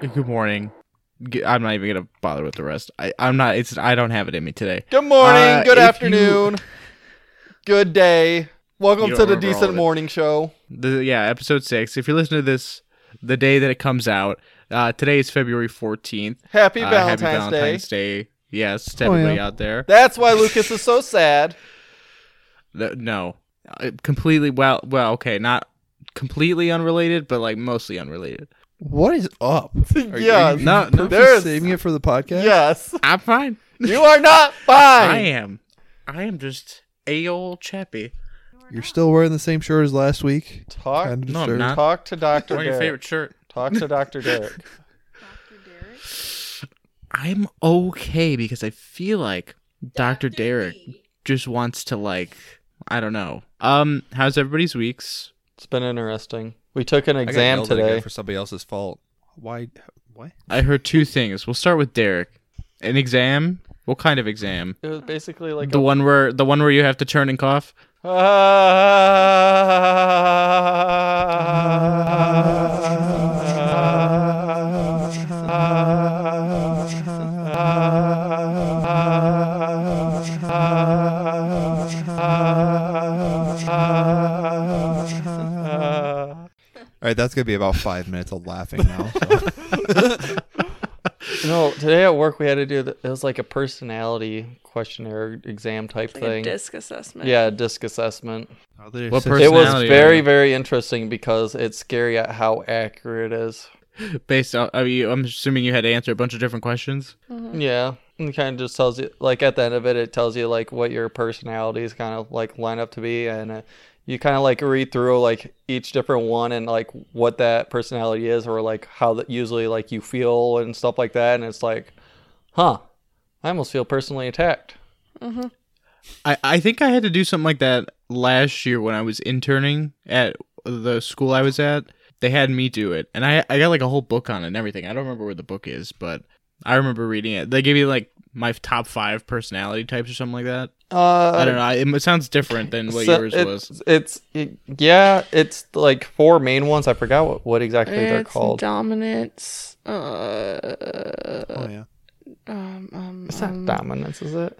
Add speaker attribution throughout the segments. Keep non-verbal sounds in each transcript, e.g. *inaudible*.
Speaker 1: good morning. G- I'm not even gonna bother with the rest. I, I'm not. It's I don't have it in me today.
Speaker 2: Good morning,
Speaker 1: Uh, if
Speaker 2: good
Speaker 1: you-
Speaker 2: afternoon, good day. Welcome
Speaker 1: You
Speaker 2: to
Speaker 1: don't
Speaker 2: the
Speaker 1: remember all of
Speaker 2: Decent
Speaker 1: it.
Speaker 2: Morning Show.
Speaker 1: The yeah, episode six. If you listen to this the day that it comes out, uh, today is February 14th.
Speaker 2: Happy
Speaker 1: Uh,
Speaker 2: Valentine's,
Speaker 1: happy
Speaker 2: Day.
Speaker 1: Valentine's Day. Yes, to
Speaker 3: Oh, yeah.
Speaker 1: everybody out there.
Speaker 2: That's why Lucas is so sad.
Speaker 1: Th- no, Uh, completely. Well, well, okay, not completely unrelated, but like mostly unrelated.
Speaker 3: What is
Speaker 4: *laughs*
Speaker 3: up?
Speaker 1: *laughs* Are you-
Speaker 2: yeah.
Speaker 1: are you- no, no,
Speaker 3: Just
Speaker 2: There's-
Speaker 3: saving it for the podcast.
Speaker 1: *laughs*
Speaker 2: yes.
Speaker 1: I'm fine.
Speaker 2: You are not
Speaker 1: I
Speaker 2: fine.
Speaker 1: am. I am just a old chappy.
Speaker 3: You're still wearing the same shirt as last week.
Speaker 2: Talk,
Speaker 3: Kind of
Speaker 1: No, I'm
Speaker 3: disturbed.
Speaker 1: not.
Speaker 2: talk to Dr.
Speaker 1: Wearing your
Speaker 2: Derek.
Speaker 1: favorite shirt.
Speaker 2: *laughs* Talk
Speaker 1: *laughs*
Speaker 2: to Dr. Derek.
Speaker 5: Dr. Derek.
Speaker 1: I'm okay because I feel like Dr. Derek
Speaker 5: D.
Speaker 1: just wants to like I don't know. Um, how's everybody's weeks?
Speaker 2: It's been interesting. We took an
Speaker 4: I got
Speaker 2: exam
Speaker 4: yelled at again
Speaker 2: today.
Speaker 4: for somebody else's fault.
Speaker 3: Why? What?
Speaker 1: I heard two things. We'll start with Derek. An exam? What kind of exam?
Speaker 2: It was basically like
Speaker 1: the
Speaker 2: a,
Speaker 1: one where the one where you have to turn and cough.
Speaker 2: *laughs* Ah.
Speaker 4: All right, that's gonna be about five minutes of laughing now.
Speaker 3: *laughs*
Speaker 4: so.
Speaker 2: No, today at work we had to do the, it was like a personality questionnaire exam type
Speaker 5: Like
Speaker 2: thing.
Speaker 5: a disc assessment.
Speaker 2: yeah, disc assessment.
Speaker 1: What
Speaker 2: It was
Speaker 1: Personality, yeah.
Speaker 2: very
Speaker 1: very
Speaker 2: very interesting because it's scary at how accurate it is.
Speaker 1: Based on I mean, I'm assuming you had to answer a bunch of different questions.
Speaker 5: Mm-hmm.
Speaker 2: Yeah, and kind of just tells you like at the end of it, it tells you like what your personality is kind of like line up to be, and uh, you kind of like read through like each different one and like what that personality is, or like how that usually like you feel and stuff like that, and it's like, huh, I almost feel personally attacked.
Speaker 5: Mm-hmm.
Speaker 1: I, I think I had to do something like that last year when I was interning at the school I was at. They had me do it, and I, I got like a whole book on it and everything. I don't remember where the book is, but I remember reading it. They gave me like my top five personality types or something like that.
Speaker 2: Uh,
Speaker 1: I don't know. It, it sounds different than what
Speaker 2: so
Speaker 1: yours
Speaker 2: it-
Speaker 1: was.
Speaker 2: It's it- yeah, it's like four main ones. I forgot what, what exactly they're
Speaker 5: It's
Speaker 2: called.
Speaker 5: dominance. Uh,
Speaker 3: Oh yeah.
Speaker 5: um, um,
Speaker 2: It's not
Speaker 5: um,
Speaker 2: dominance, is it?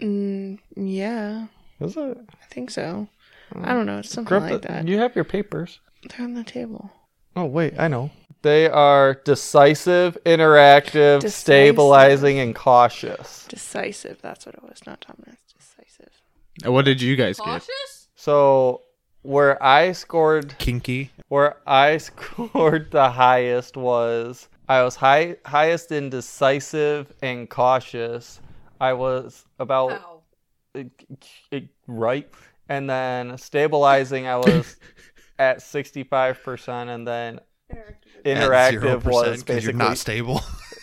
Speaker 5: mm, yeah,
Speaker 2: Is it?
Speaker 5: I think so.
Speaker 1: Mm.
Speaker 5: I don't know. It's something
Speaker 2: Grip
Speaker 5: like
Speaker 2: the-
Speaker 5: that.
Speaker 2: You have your papers.
Speaker 5: They're on the table.
Speaker 2: Oh wait, I know. They are decisive, interactive,
Speaker 5: Decisive.
Speaker 2: stabilizing, and cautious.
Speaker 5: Decisive. That's what it was. Not dominance. Decisive.
Speaker 1: And What did you guys get?
Speaker 5: Cautious?
Speaker 2: So where I scored,
Speaker 3: Kinky.
Speaker 2: where I *laughs* scored the highest was I was high highest in decisive and cautious. I was about
Speaker 5: Oh.
Speaker 2: it, it, uh, right, and then stabilizing.
Speaker 1: *laughs*
Speaker 2: I was at sixty five percent, and then interactive
Speaker 3: because
Speaker 2: was basically
Speaker 3: you're not stable.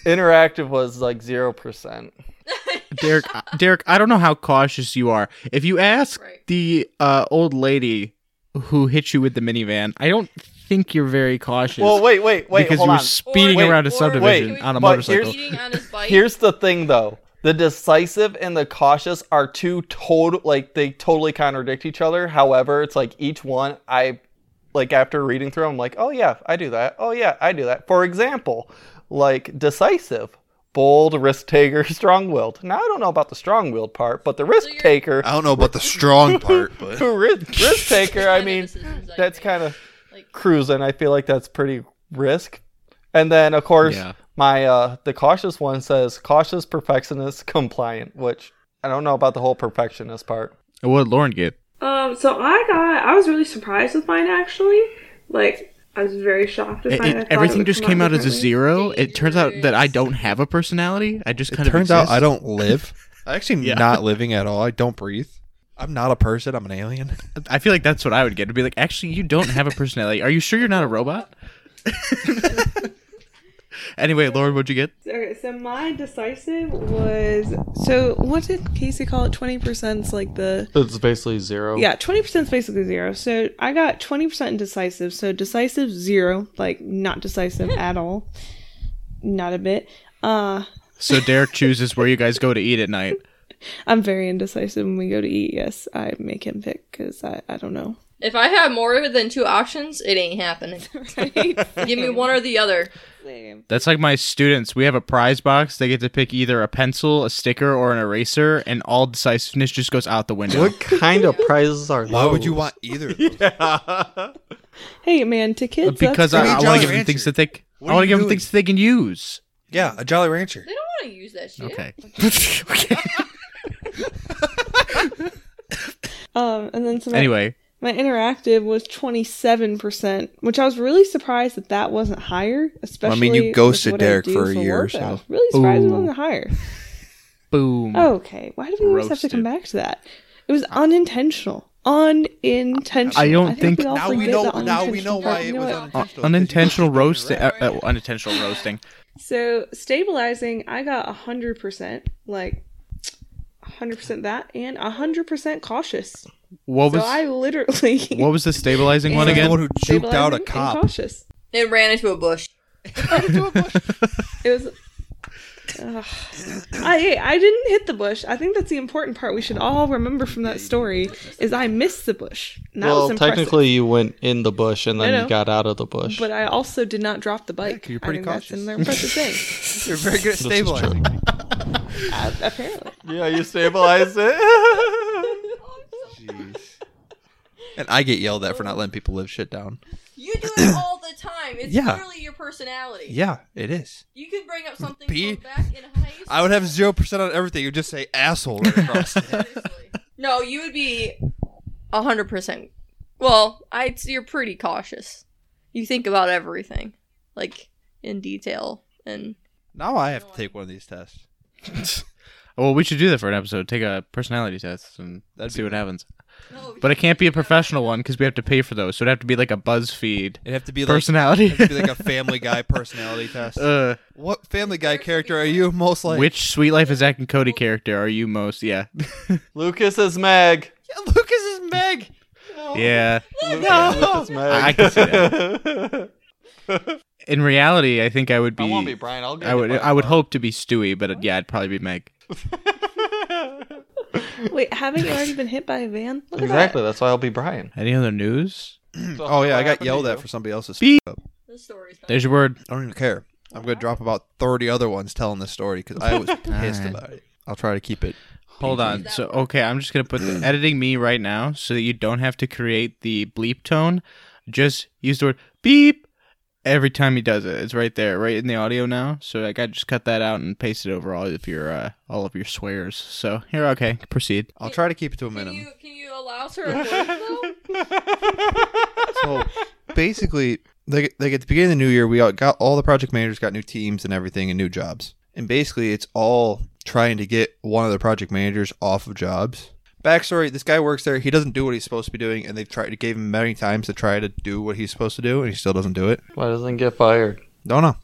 Speaker 2: interactive was like zero percent.
Speaker 1: Derek, I- Derek, I don't know how cautious you are. If you ask
Speaker 5: Right.
Speaker 1: the uh, old lady who hit you with the minivan, I don't think you're very cautious.
Speaker 2: Well, wait, wait, wait.
Speaker 1: because
Speaker 2: hold
Speaker 1: you were
Speaker 2: on.
Speaker 1: speeding
Speaker 2: Wait,
Speaker 1: around a
Speaker 5: or-
Speaker 1: subdivision
Speaker 2: wait,
Speaker 1: on a
Speaker 2: but
Speaker 1: motorcycle.
Speaker 2: here's-
Speaker 5: on his bike.
Speaker 2: Here's the thing, though. The decisive and the cautious are two total, like they totally contradict each other. However, it's like each one, I, like after reading through, I'm like, oh yeah, I do that. Oh yeah, I do that. For example, like decisive, bold, risk taker, *laughs* strong willed. Now I don't know about the strong willed part, but the risk
Speaker 4: *laughs*
Speaker 2: taker,
Speaker 4: *laughs* I don't know about the strong part,
Speaker 3: *laughs*
Speaker 4: but
Speaker 2: risk taker. I mean,
Speaker 5: decisions I
Speaker 2: that's
Speaker 5: make.
Speaker 2: kind of
Speaker 5: Like-
Speaker 2: cruising. I feel like that's pretty risk. And then of course
Speaker 1: Yeah.
Speaker 2: my uh the cautious one says cautious perfectionist compliant, which I don't know about the whole perfectionist part.
Speaker 1: And What did Lauren get?
Speaker 6: Um, so I got, I was really surprised with mine actually. Like, I was very shocked to
Speaker 1: It,
Speaker 6: find
Speaker 1: it-
Speaker 6: I thought
Speaker 1: everything
Speaker 6: would
Speaker 1: just
Speaker 6: come
Speaker 1: came out as a
Speaker 6: differently.
Speaker 1: zero. It turns out that I don't have a personality. I just
Speaker 4: it
Speaker 1: kind of
Speaker 4: turns out
Speaker 1: exist.
Speaker 4: I don't live. *laughs* I actually
Speaker 1: Yeah.
Speaker 4: not living at all. I don't breathe. I'm not a person. I'm an
Speaker 3: *laughs*
Speaker 4: alien.
Speaker 1: I feel like that's what I would get. To be like, actually, you don't have a personality. Are you sure you're not a *laughs* robot? anyway, Lauren, what'd you get?
Speaker 6: Okay, so my decisive was so what did Casey call it? Twenty percent's like the
Speaker 2: It's basically zero.
Speaker 6: yeah, twenty percent's basically zero. So I got twenty percent indecisive. So decisive zero, like not decisive at all, not a bit. Uh,
Speaker 1: So Derek chooses where you guys go to eat at night.
Speaker 6: I'm very indecisive when we go to eat. Yes, I make him pick because I I don't know.
Speaker 7: If *laughs* I have more than two options, it ain't happening. Give me one or the other.
Speaker 6: game.
Speaker 1: That's like my students. We have a prize box. They get to pick either a pencil, a sticker, or an eraser, and all decisiveness just goes out the window.
Speaker 2: What kind of prizes are those?
Speaker 4: Why would
Speaker 2: *laughs*
Speaker 4: you want either? Of those?
Speaker 3: *laughs*
Speaker 6: Hey man, to kids
Speaker 1: because I,
Speaker 4: Maybe
Speaker 1: I
Speaker 6: that's
Speaker 1: want to
Speaker 4: Jolly
Speaker 1: give them
Speaker 4: Rancher.
Speaker 1: things that they c-
Speaker 4: What
Speaker 1: I
Speaker 4: are
Speaker 1: want to
Speaker 4: you
Speaker 1: give them
Speaker 4: doing?
Speaker 1: things that they can use.
Speaker 4: yeah, a Jolly Rancher.
Speaker 7: They don't want to use that shit.
Speaker 1: Okay.
Speaker 6: um, and then some
Speaker 1: anyway,
Speaker 6: My interactive was 27%, which I was really surprised that that wasn't higher, especially.
Speaker 3: mean, you
Speaker 6: with
Speaker 3: ghosted
Speaker 6: what I
Speaker 3: Derek
Speaker 6: do
Speaker 3: for a year or
Speaker 6: work. I
Speaker 3: so.
Speaker 6: was really surprised it
Speaker 1: Ooh.
Speaker 6: wasn't higher.
Speaker 1: boom.
Speaker 6: Okay, why do we always have to come back to that? It was unintentional. Unintentional.
Speaker 1: I don't think-
Speaker 6: we all
Speaker 4: Now we
Speaker 6: forget
Speaker 4: know.
Speaker 6: the
Speaker 4: Now we know
Speaker 6: unintentional
Speaker 4: why
Speaker 6: part. You
Speaker 4: it
Speaker 6: know
Speaker 4: was
Speaker 6: what?
Speaker 4: unintentional.
Speaker 1: Uh,
Speaker 4: because you
Speaker 1: unintentional
Speaker 4: kept doing it,
Speaker 1: roasting.
Speaker 4: *laughs* right?
Speaker 1: Uh, uh, unintentional roasting.
Speaker 6: So stabilizing, I got hundred percent, like hundred percent that, and hundred percent cautious.
Speaker 1: What was
Speaker 6: so I literally *laughs*
Speaker 1: what was the stabilizing one
Speaker 4: *laughs* He's the
Speaker 1: again?
Speaker 4: one who juked out
Speaker 6: stabilizing
Speaker 4: a
Speaker 6: and
Speaker 4: cop.
Speaker 6: Cautious.
Speaker 7: They ran into a bush.
Speaker 6: It was. Ugh. I hey, I didn't hit the bush. I think that's the important part we should all remember from that story is I missed the bush. And that was
Speaker 2: well,
Speaker 6: impressive.
Speaker 2: technically, you went in the bush and then
Speaker 6: I know.
Speaker 2: you got out of the bush.
Speaker 6: but I also did not drop the bike.
Speaker 4: 'cause you're
Speaker 6: I
Speaker 4: pretty
Speaker 6: think
Speaker 4: cautious.
Speaker 6: That's another
Speaker 2: *laughs*
Speaker 6: impressive thing. *laughs*
Speaker 4: You're very good at
Speaker 2: This is true.
Speaker 4: stabilizing.
Speaker 6: Uh, apparently,
Speaker 2: *laughs* yeah, you stabilized it. *laughs*
Speaker 4: And I get yelled at for not letting people live shit down.
Speaker 7: You do it all the time. It's
Speaker 4: Yeah.
Speaker 7: literally your personality.
Speaker 4: Yeah, it is.
Speaker 7: You could bring up something
Speaker 4: Be-
Speaker 7: from back in
Speaker 1: *laughs*
Speaker 7: high school.
Speaker 4: I would have zero percent on everything. You just say asshole right across.
Speaker 7: *laughs*
Speaker 4: it.
Speaker 7: Seriously. No, you would be a hundred percent. Well, I you're pretty cautious. You think about everything, like in detail, and
Speaker 4: Now I have to take one of these tests.
Speaker 1: *laughs* Well, we should do that for an episode. Take a personality test and
Speaker 4: That'd
Speaker 1: see
Speaker 4: be
Speaker 1: what happens.
Speaker 7: no,
Speaker 1: But it can't be a professional one because we have to pay for those. So it'd have to be like a BuzzFeed
Speaker 4: It'd have to be
Speaker 1: *laughs*
Speaker 4: like,
Speaker 1: personality.
Speaker 4: it'd have to be like a Family Guy personality test.
Speaker 1: uh,
Speaker 4: what Family Guy character are you most like?
Speaker 1: which Sweet Life of Zach and Cody character are you most? Yeah,
Speaker 2: Lucas is
Speaker 6: *laughs*
Speaker 2: Meg.
Speaker 4: Yeah, Lucas is Meg.
Speaker 1: *laughs* yeah.
Speaker 2: No, Lucas Meg.
Speaker 1: I can see
Speaker 2: that.
Speaker 1: In reality, I think I would be.
Speaker 2: *laughs* I won't be Brian. I'll get
Speaker 1: I would.
Speaker 2: hit by
Speaker 1: I
Speaker 2: a
Speaker 1: would
Speaker 2: *laughs* car.
Speaker 1: hope to be Stewie, but yeah, I'd probably be Meg.
Speaker 6: wait, haven't you already been hit by a van? Look
Speaker 2: exactly.
Speaker 6: At
Speaker 2: That's why I'll be Brian.
Speaker 1: Any other news?
Speaker 3: Oh yeah, I got yelled at for somebody else's.
Speaker 1: Beep.
Speaker 3: f- up.
Speaker 7: the story's not.
Speaker 1: There's your word.
Speaker 4: I don't even care. I'm gonna drop about thirty other ones telling this story because I was pissed
Speaker 1: Alright.
Speaker 4: about it. I'll try to keep it.
Speaker 1: Hold on. So okay, I'm just gonna put the editing me right now, so that you don't have to create the bleep tone. Just use the word beep every time he does it. It's right there, right in the audio now. So like, I just cut that out and paste it over all of your uh, all of your swears. So here, okay, proceed.
Speaker 4: I'll try to keep it to a
Speaker 7: Can
Speaker 4: minimum.
Speaker 7: you can you allow her a voice though?
Speaker 4: so basically, like, like at the beginning of the new year, we all got all the project managers got new teams and everything and new jobs. And basically, it's all trying to get one of the project managers off of jobs. Backstory: This guy works there. He doesn't do what he's supposed to be doing, and they've tried to gave him many times to try to do what he's supposed to do, and he still doesn't do it.
Speaker 2: Why doesn't he get fired?
Speaker 4: Don't know.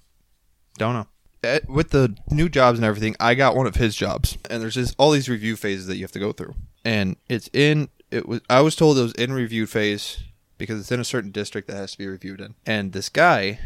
Speaker 4: Don't know. At- Eh, with the new jobs and everything, I got one of his jobs, and there's just all these review phases that you have to go through, and it's in. It was I was told it was in review phase because it's in a certain district that has to be reviewed in, and this guy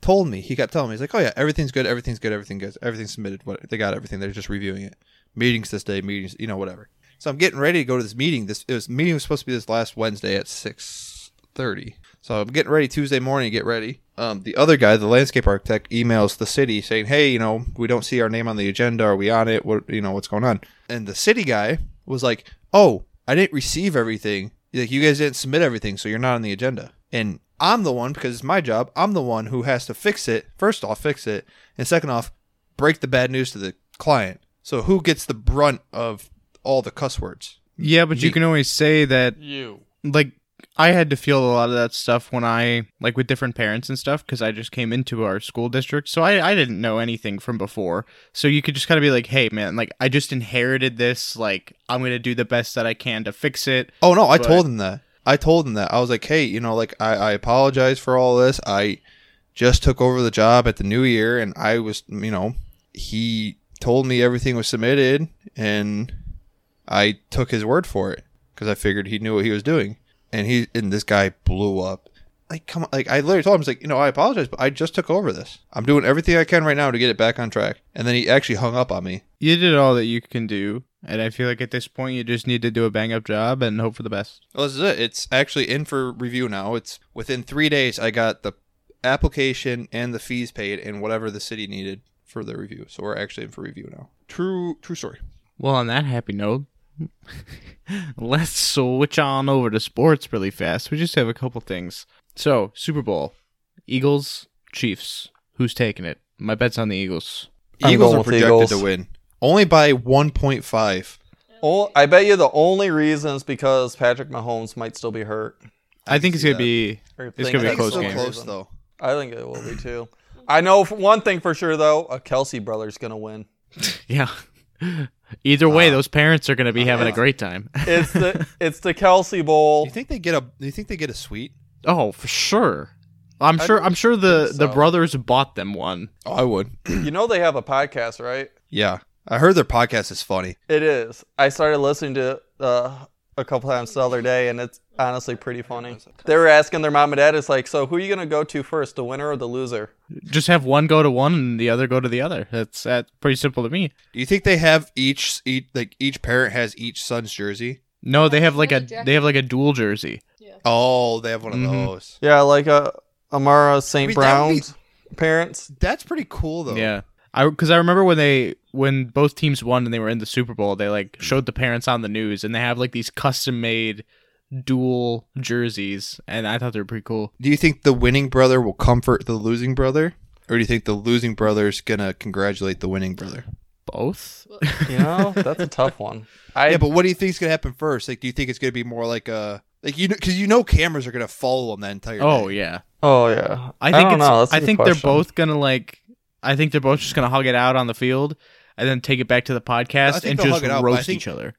Speaker 4: told me he kept telling me he's like, oh yeah, everything's good, everything's good, everything good, everything's submitted, what they got everything, they're just reviewing it, meetings this day, meetings, you know, whatever. So I'm getting ready to go to this meeting. This it was meeting was supposed to be this last Wednesday at six thirty. So I'm getting ready Tuesday morning to get ready. Um, the other guy, the landscape architect, emails the city saying, "Hey, you know, we don't see our name on the agenda. Are we on it? What you know, what's going on?" And the city guy was like, "Oh, I didn't receive everything. Like you guys didn't submit everything, so you're not on the agenda." And I'm the one because it's my job. I'm the one who has to fix it. First off, fix it, and second off, break the bad news to the client. So who gets the brunt of all the cuss words?
Speaker 1: Yeah, but you
Speaker 4: Me.
Speaker 1: can always say that
Speaker 2: You.
Speaker 1: like I had to feel a lot of that stuff when I like with different parents and stuff because I just came into our school district, so I I didn't know anything from before. So you could just kind of be like, "Hey, man, like I just inherited this. Like I'm gonna do the best that I can to fix it."
Speaker 4: Oh no, I
Speaker 1: But-
Speaker 4: told him that. I told him that. I was like, hey, you know, like I, I apologize for all this. I just took over the job at the new year and I was you know, he told me everything was submitted and I took his word for it because I figured he knew what he was doing. And he and this guy blew up. Like come on, like I literally told him, I was like, you know, I apologize, but I just took over this. I'm doing everything I can right now to get it back on track. And then he actually hung up on me.
Speaker 1: You did all that you can do, and I feel like at this point you just need to do a bang up job and hope for the best.
Speaker 4: Well, this is it. It's actually in for review now. It's within three days. I got the application and the fees paid and whatever the city needed for the review. So we're actually in for review now. True, true story.
Speaker 1: Well, on that happy note, *laughs* let's switch on over to sports really fast. We just have a couple things. So, Super Bowl, Eagles, Chiefs. Who's taking it? My bet's on the Eagles.
Speaker 2: I'm
Speaker 4: Eagles
Speaker 2: going
Speaker 4: are
Speaker 2: with
Speaker 4: projected
Speaker 2: Eagles.
Speaker 4: to win only by 1.5.
Speaker 2: Oh, I bet you the only reason is because Patrick Mahomes might still be hurt.
Speaker 1: I, think it's
Speaker 4: see
Speaker 1: gonna
Speaker 4: that.
Speaker 1: be.
Speaker 2: Or
Speaker 1: It's
Speaker 2: think
Speaker 1: gonna be
Speaker 2: that's
Speaker 1: a
Speaker 4: I
Speaker 1: close
Speaker 4: think it's
Speaker 2: the
Speaker 4: still
Speaker 1: game.
Speaker 2: only
Speaker 4: close
Speaker 2: reason.
Speaker 4: though.
Speaker 2: I think it will be too. I know for one thing for sure though, a Kelsey brother's gonna win.
Speaker 1: *laughs* Yeah. Either way, those parents are gonna be having a great time.
Speaker 2: It's the it's the Kelsey Bowl.
Speaker 4: You think they get a? You think they get a suite?
Speaker 1: oh, for sure. I'm sure. I'm sure the the brothers bought them one.
Speaker 4: Oh, I would.
Speaker 2: You know they have a podcast, right?
Speaker 4: yeah, I heard their podcast is funny.
Speaker 2: It is. I started listening to it, uh, a couple times the other day, and it's honestly pretty funny. They were asking their mom and dad, "It's like, so who are you gonna go to first, the winner or the loser?"
Speaker 1: Just have one go to one and the other go to the other. That's that's pretty simple to me.
Speaker 4: Do you think they have each each like each parent has each son's jersey?
Speaker 1: No, they have like a
Speaker 7: Jack-
Speaker 1: they have like a dual jersey.
Speaker 4: Oh, they have one of
Speaker 2: Mm-hmm.
Speaker 1: Mhm.
Speaker 4: those.
Speaker 2: Yeah, like uh, Amara
Speaker 4: I
Speaker 2: St.
Speaker 4: mean, that would be-
Speaker 2: Brown's parents.
Speaker 4: That's pretty cool though.
Speaker 1: Yeah. I because I remember when they when both teams won and they were in the Super Bowl, they like showed the parents on the news and they have like these custom made dual jerseys and I thought they were pretty cool.
Speaker 4: Do you think the winning brother will comfort the losing brother, or do you think the losing brother's gonna congratulate the winning brother?
Speaker 1: Both?
Speaker 2: You know, that's a tough one. I
Speaker 4: yeah, but what do you think's gonna happen first? Like, do you think it's gonna be more like a like you because you know cameras are gonna follow them that entire
Speaker 1: Oh
Speaker 4: day.
Speaker 1: yeah.
Speaker 2: oh yeah,
Speaker 1: uh, I think
Speaker 2: don't
Speaker 1: it's
Speaker 2: know. That's a
Speaker 1: I
Speaker 2: good
Speaker 1: think
Speaker 2: question.
Speaker 1: they're both gonna like I think they're both just gonna hug it out on the field and then take it back to the
Speaker 4: I
Speaker 1: podcast
Speaker 4: think
Speaker 1: and
Speaker 4: they'll
Speaker 1: just
Speaker 4: hug it out, but I
Speaker 1: roast
Speaker 4: think-
Speaker 1: each other.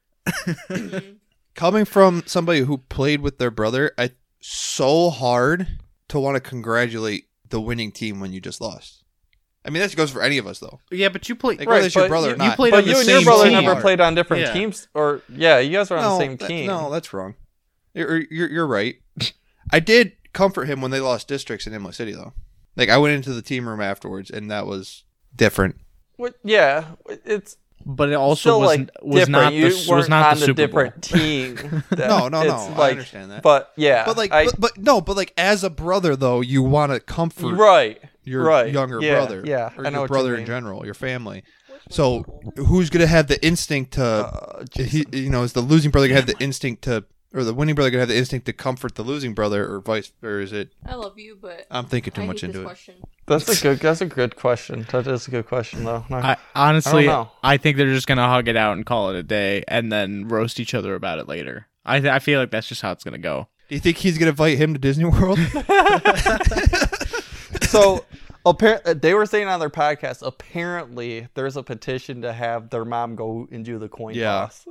Speaker 4: coming from somebody who played with their brother, I so hard to want to congratulate the winning team when you just lost. I mean, that goes for any of us though.
Speaker 1: Yeah, but you played
Speaker 4: Like
Speaker 2: Right,
Speaker 4: whether it's your
Speaker 2: but
Speaker 4: brother
Speaker 1: you-
Speaker 4: or
Speaker 1: you
Speaker 4: not.
Speaker 1: played on
Speaker 2: But
Speaker 1: the
Speaker 2: you and
Speaker 1: same
Speaker 2: your brother
Speaker 1: team.
Speaker 2: never played on different
Speaker 1: Yeah.
Speaker 2: teams, or yeah, you guys were on the same
Speaker 4: that-
Speaker 2: team.
Speaker 4: no, that's wrong. You're you're, you're right. *laughs* I did comfort him when they lost districts in Emily City though. Like I went into the team room afterwards, and that was different.
Speaker 2: What- yeah, it's
Speaker 1: But it also
Speaker 2: still
Speaker 1: was
Speaker 2: like
Speaker 1: was
Speaker 2: different.
Speaker 1: not
Speaker 2: you
Speaker 1: the,
Speaker 2: weren't
Speaker 1: was not
Speaker 2: on
Speaker 1: the Super Bowl.
Speaker 2: different *laughs* team.
Speaker 1: *laughs*
Speaker 2: that-
Speaker 4: No, no, no.
Speaker 2: it's
Speaker 4: I
Speaker 2: like-
Speaker 4: understand that.
Speaker 2: But yeah,
Speaker 4: But like,
Speaker 2: Uh, I,
Speaker 4: but, but no, but like as a brother though, you want to comfort
Speaker 2: right,
Speaker 4: your
Speaker 2: right,
Speaker 4: younger
Speaker 2: yeah,
Speaker 4: brother,
Speaker 2: Yeah,
Speaker 4: or
Speaker 2: I know
Speaker 4: your
Speaker 2: what you
Speaker 4: brother in
Speaker 2: mean.
Speaker 4: general, your family. So who's gonna have the instinct to?
Speaker 2: Uh,
Speaker 4: he, you know, is the losing brother gonna have the instinct to, or the winning brother gonna have the instinct to comfort the losing brother, or vice, or is it?
Speaker 7: I love you, but
Speaker 4: I'm thinking too
Speaker 7: I
Speaker 4: much
Speaker 7: hate
Speaker 4: into
Speaker 7: this
Speaker 4: it.
Speaker 7: question.
Speaker 2: That's a
Speaker 1: *laughs*
Speaker 2: good. That's a good question. That is a good question, though. No.
Speaker 1: I honestly,
Speaker 2: I
Speaker 1: I,
Speaker 2: don't know.
Speaker 1: think they're just gonna hug it out and call it a day, and then roast each other about it later. I th- I feel like that's just how it's gonna go.
Speaker 4: Do you think he's gonna invite him to
Speaker 2: *laughs*
Speaker 4: Disney World?
Speaker 2: so apparently, they were saying on their podcast. Apparently, there's a petition to have their mom go and do the coin
Speaker 4: Yeah.
Speaker 2: toss.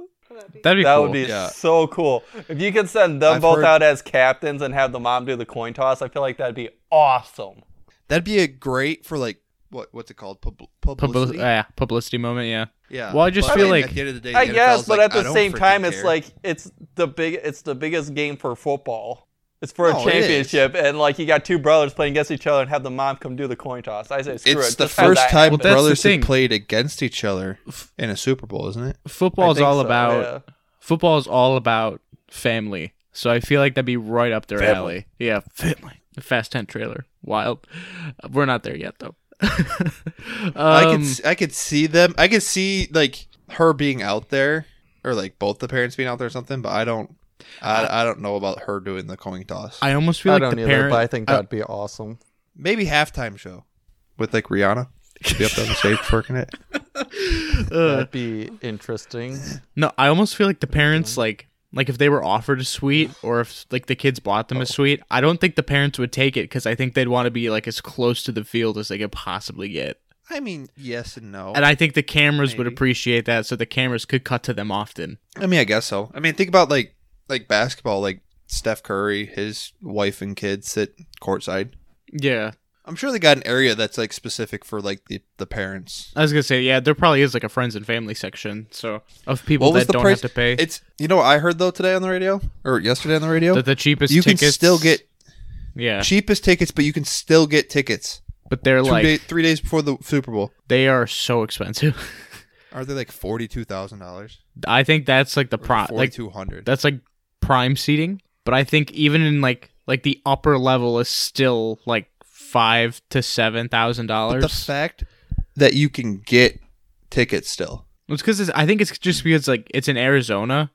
Speaker 1: That'd be
Speaker 2: That
Speaker 1: cool.
Speaker 2: would be
Speaker 4: Yeah.
Speaker 2: so cool. If you could send them
Speaker 4: I've
Speaker 2: both
Speaker 4: heard-
Speaker 2: out as captains and have the mom do the coin toss, I feel like that'd be awesome.
Speaker 4: That'd be a great for like what what's it called Pub-
Speaker 1: Publi-
Speaker 4: publicity.
Speaker 1: yeah, publicity moment. Yeah,
Speaker 4: yeah.
Speaker 1: uh, well, I just
Speaker 4: But
Speaker 1: feel
Speaker 4: mean,
Speaker 1: like-
Speaker 4: at the end of the day,
Speaker 2: I
Speaker 4: the
Speaker 2: guess,
Speaker 4: NFL's
Speaker 2: but
Speaker 4: like,
Speaker 2: at
Speaker 4: I
Speaker 2: the
Speaker 4: don't
Speaker 2: same
Speaker 4: freaking
Speaker 2: time, it's
Speaker 4: care.
Speaker 2: like it's the big, it's the biggest game for football. It's for a
Speaker 4: No, it is.
Speaker 2: championship, and like you got two brothers playing against each other, and have the mom come do the coin toss. I say, screw
Speaker 4: it's
Speaker 2: it.
Speaker 4: the
Speaker 2: just have
Speaker 4: first
Speaker 2: that
Speaker 4: time
Speaker 1: Well,
Speaker 2: happen.
Speaker 1: that's the
Speaker 4: brothers have
Speaker 1: thing.
Speaker 4: played against each other in a Super Bowl, isn't it?
Speaker 1: football's
Speaker 2: I think
Speaker 1: all
Speaker 2: so,
Speaker 1: about
Speaker 2: yeah.
Speaker 1: football's all about family. So I feel like that'd be right up their alley. Yeah, family. The Fast Ten trailer, wild. We're not there yet though. *laughs*
Speaker 4: I could
Speaker 1: Um,
Speaker 4: s- I could see them. I could see like her being out there, or like both the parents being out there or something. But I don't. I, I don't know about her doing the coin toss.
Speaker 1: I almost feel like the parent. I-
Speaker 2: be awesome.
Speaker 4: Maybe halftime show with like Rihanna. Be up there on the stage twerking
Speaker 1: *laughs*
Speaker 4: it.
Speaker 1: uh,
Speaker 2: *laughs* That'd be interesting.
Speaker 1: No, I almost feel like the parents like like if they were offered a suite or if like the kids bought
Speaker 4: Oh.
Speaker 1: them a suite, I don't think the parents would take it because I think they'd want to be like as close to the field as they could possibly get.
Speaker 4: I mean, yes and no.
Speaker 1: And I think the cameras would
Speaker 4: Maybe.
Speaker 1: appreciate that, so the cameras could cut to them often.
Speaker 4: I mean, I guess so. I mean, think about like like basketball, like Steph Curry, his wife and kids sit courtside.
Speaker 1: Yeah,
Speaker 4: I'm sure they got an area that's like specific for like the, the parents.
Speaker 1: I was gonna say yeah, there probably is like a friends and family section, so of people
Speaker 4: What was
Speaker 1: that
Speaker 4: the
Speaker 1: don't
Speaker 4: price?
Speaker 1: have to pay.
Speaker 4: It's you know what I heard though today on the radio or yesterday on the radio.
Speaker 1: that the cheapest
Speaker 4: you
Speaker 1: tickets
Speaker 4: can still get
Speaker 1: yeah,
Speaker 4: cheapest tickets, but you can still get tickets
Speaker 1: but they're
Speaker 4: two
Speaker 1: like
Speaker 4: day, three days before the Super Bowl.
Speaker 1: they are so expensive. *laughs*
Speaker 4: Are they like forty two thousand dollars?
Speaker 1: I think that's like the pro
Speaker 4: forty
Speaker 1: like
Speaker 4: two hundred.
Speaker 1: that's like prime seating but i think even in like like the upper level is still like five to seven thousand
Speaker 4: But the
Speaker 1: dollars.
Speaker 4: fact that you can get tickets still.
Speaker 1: It's because I think it's just because like it's in Arizona,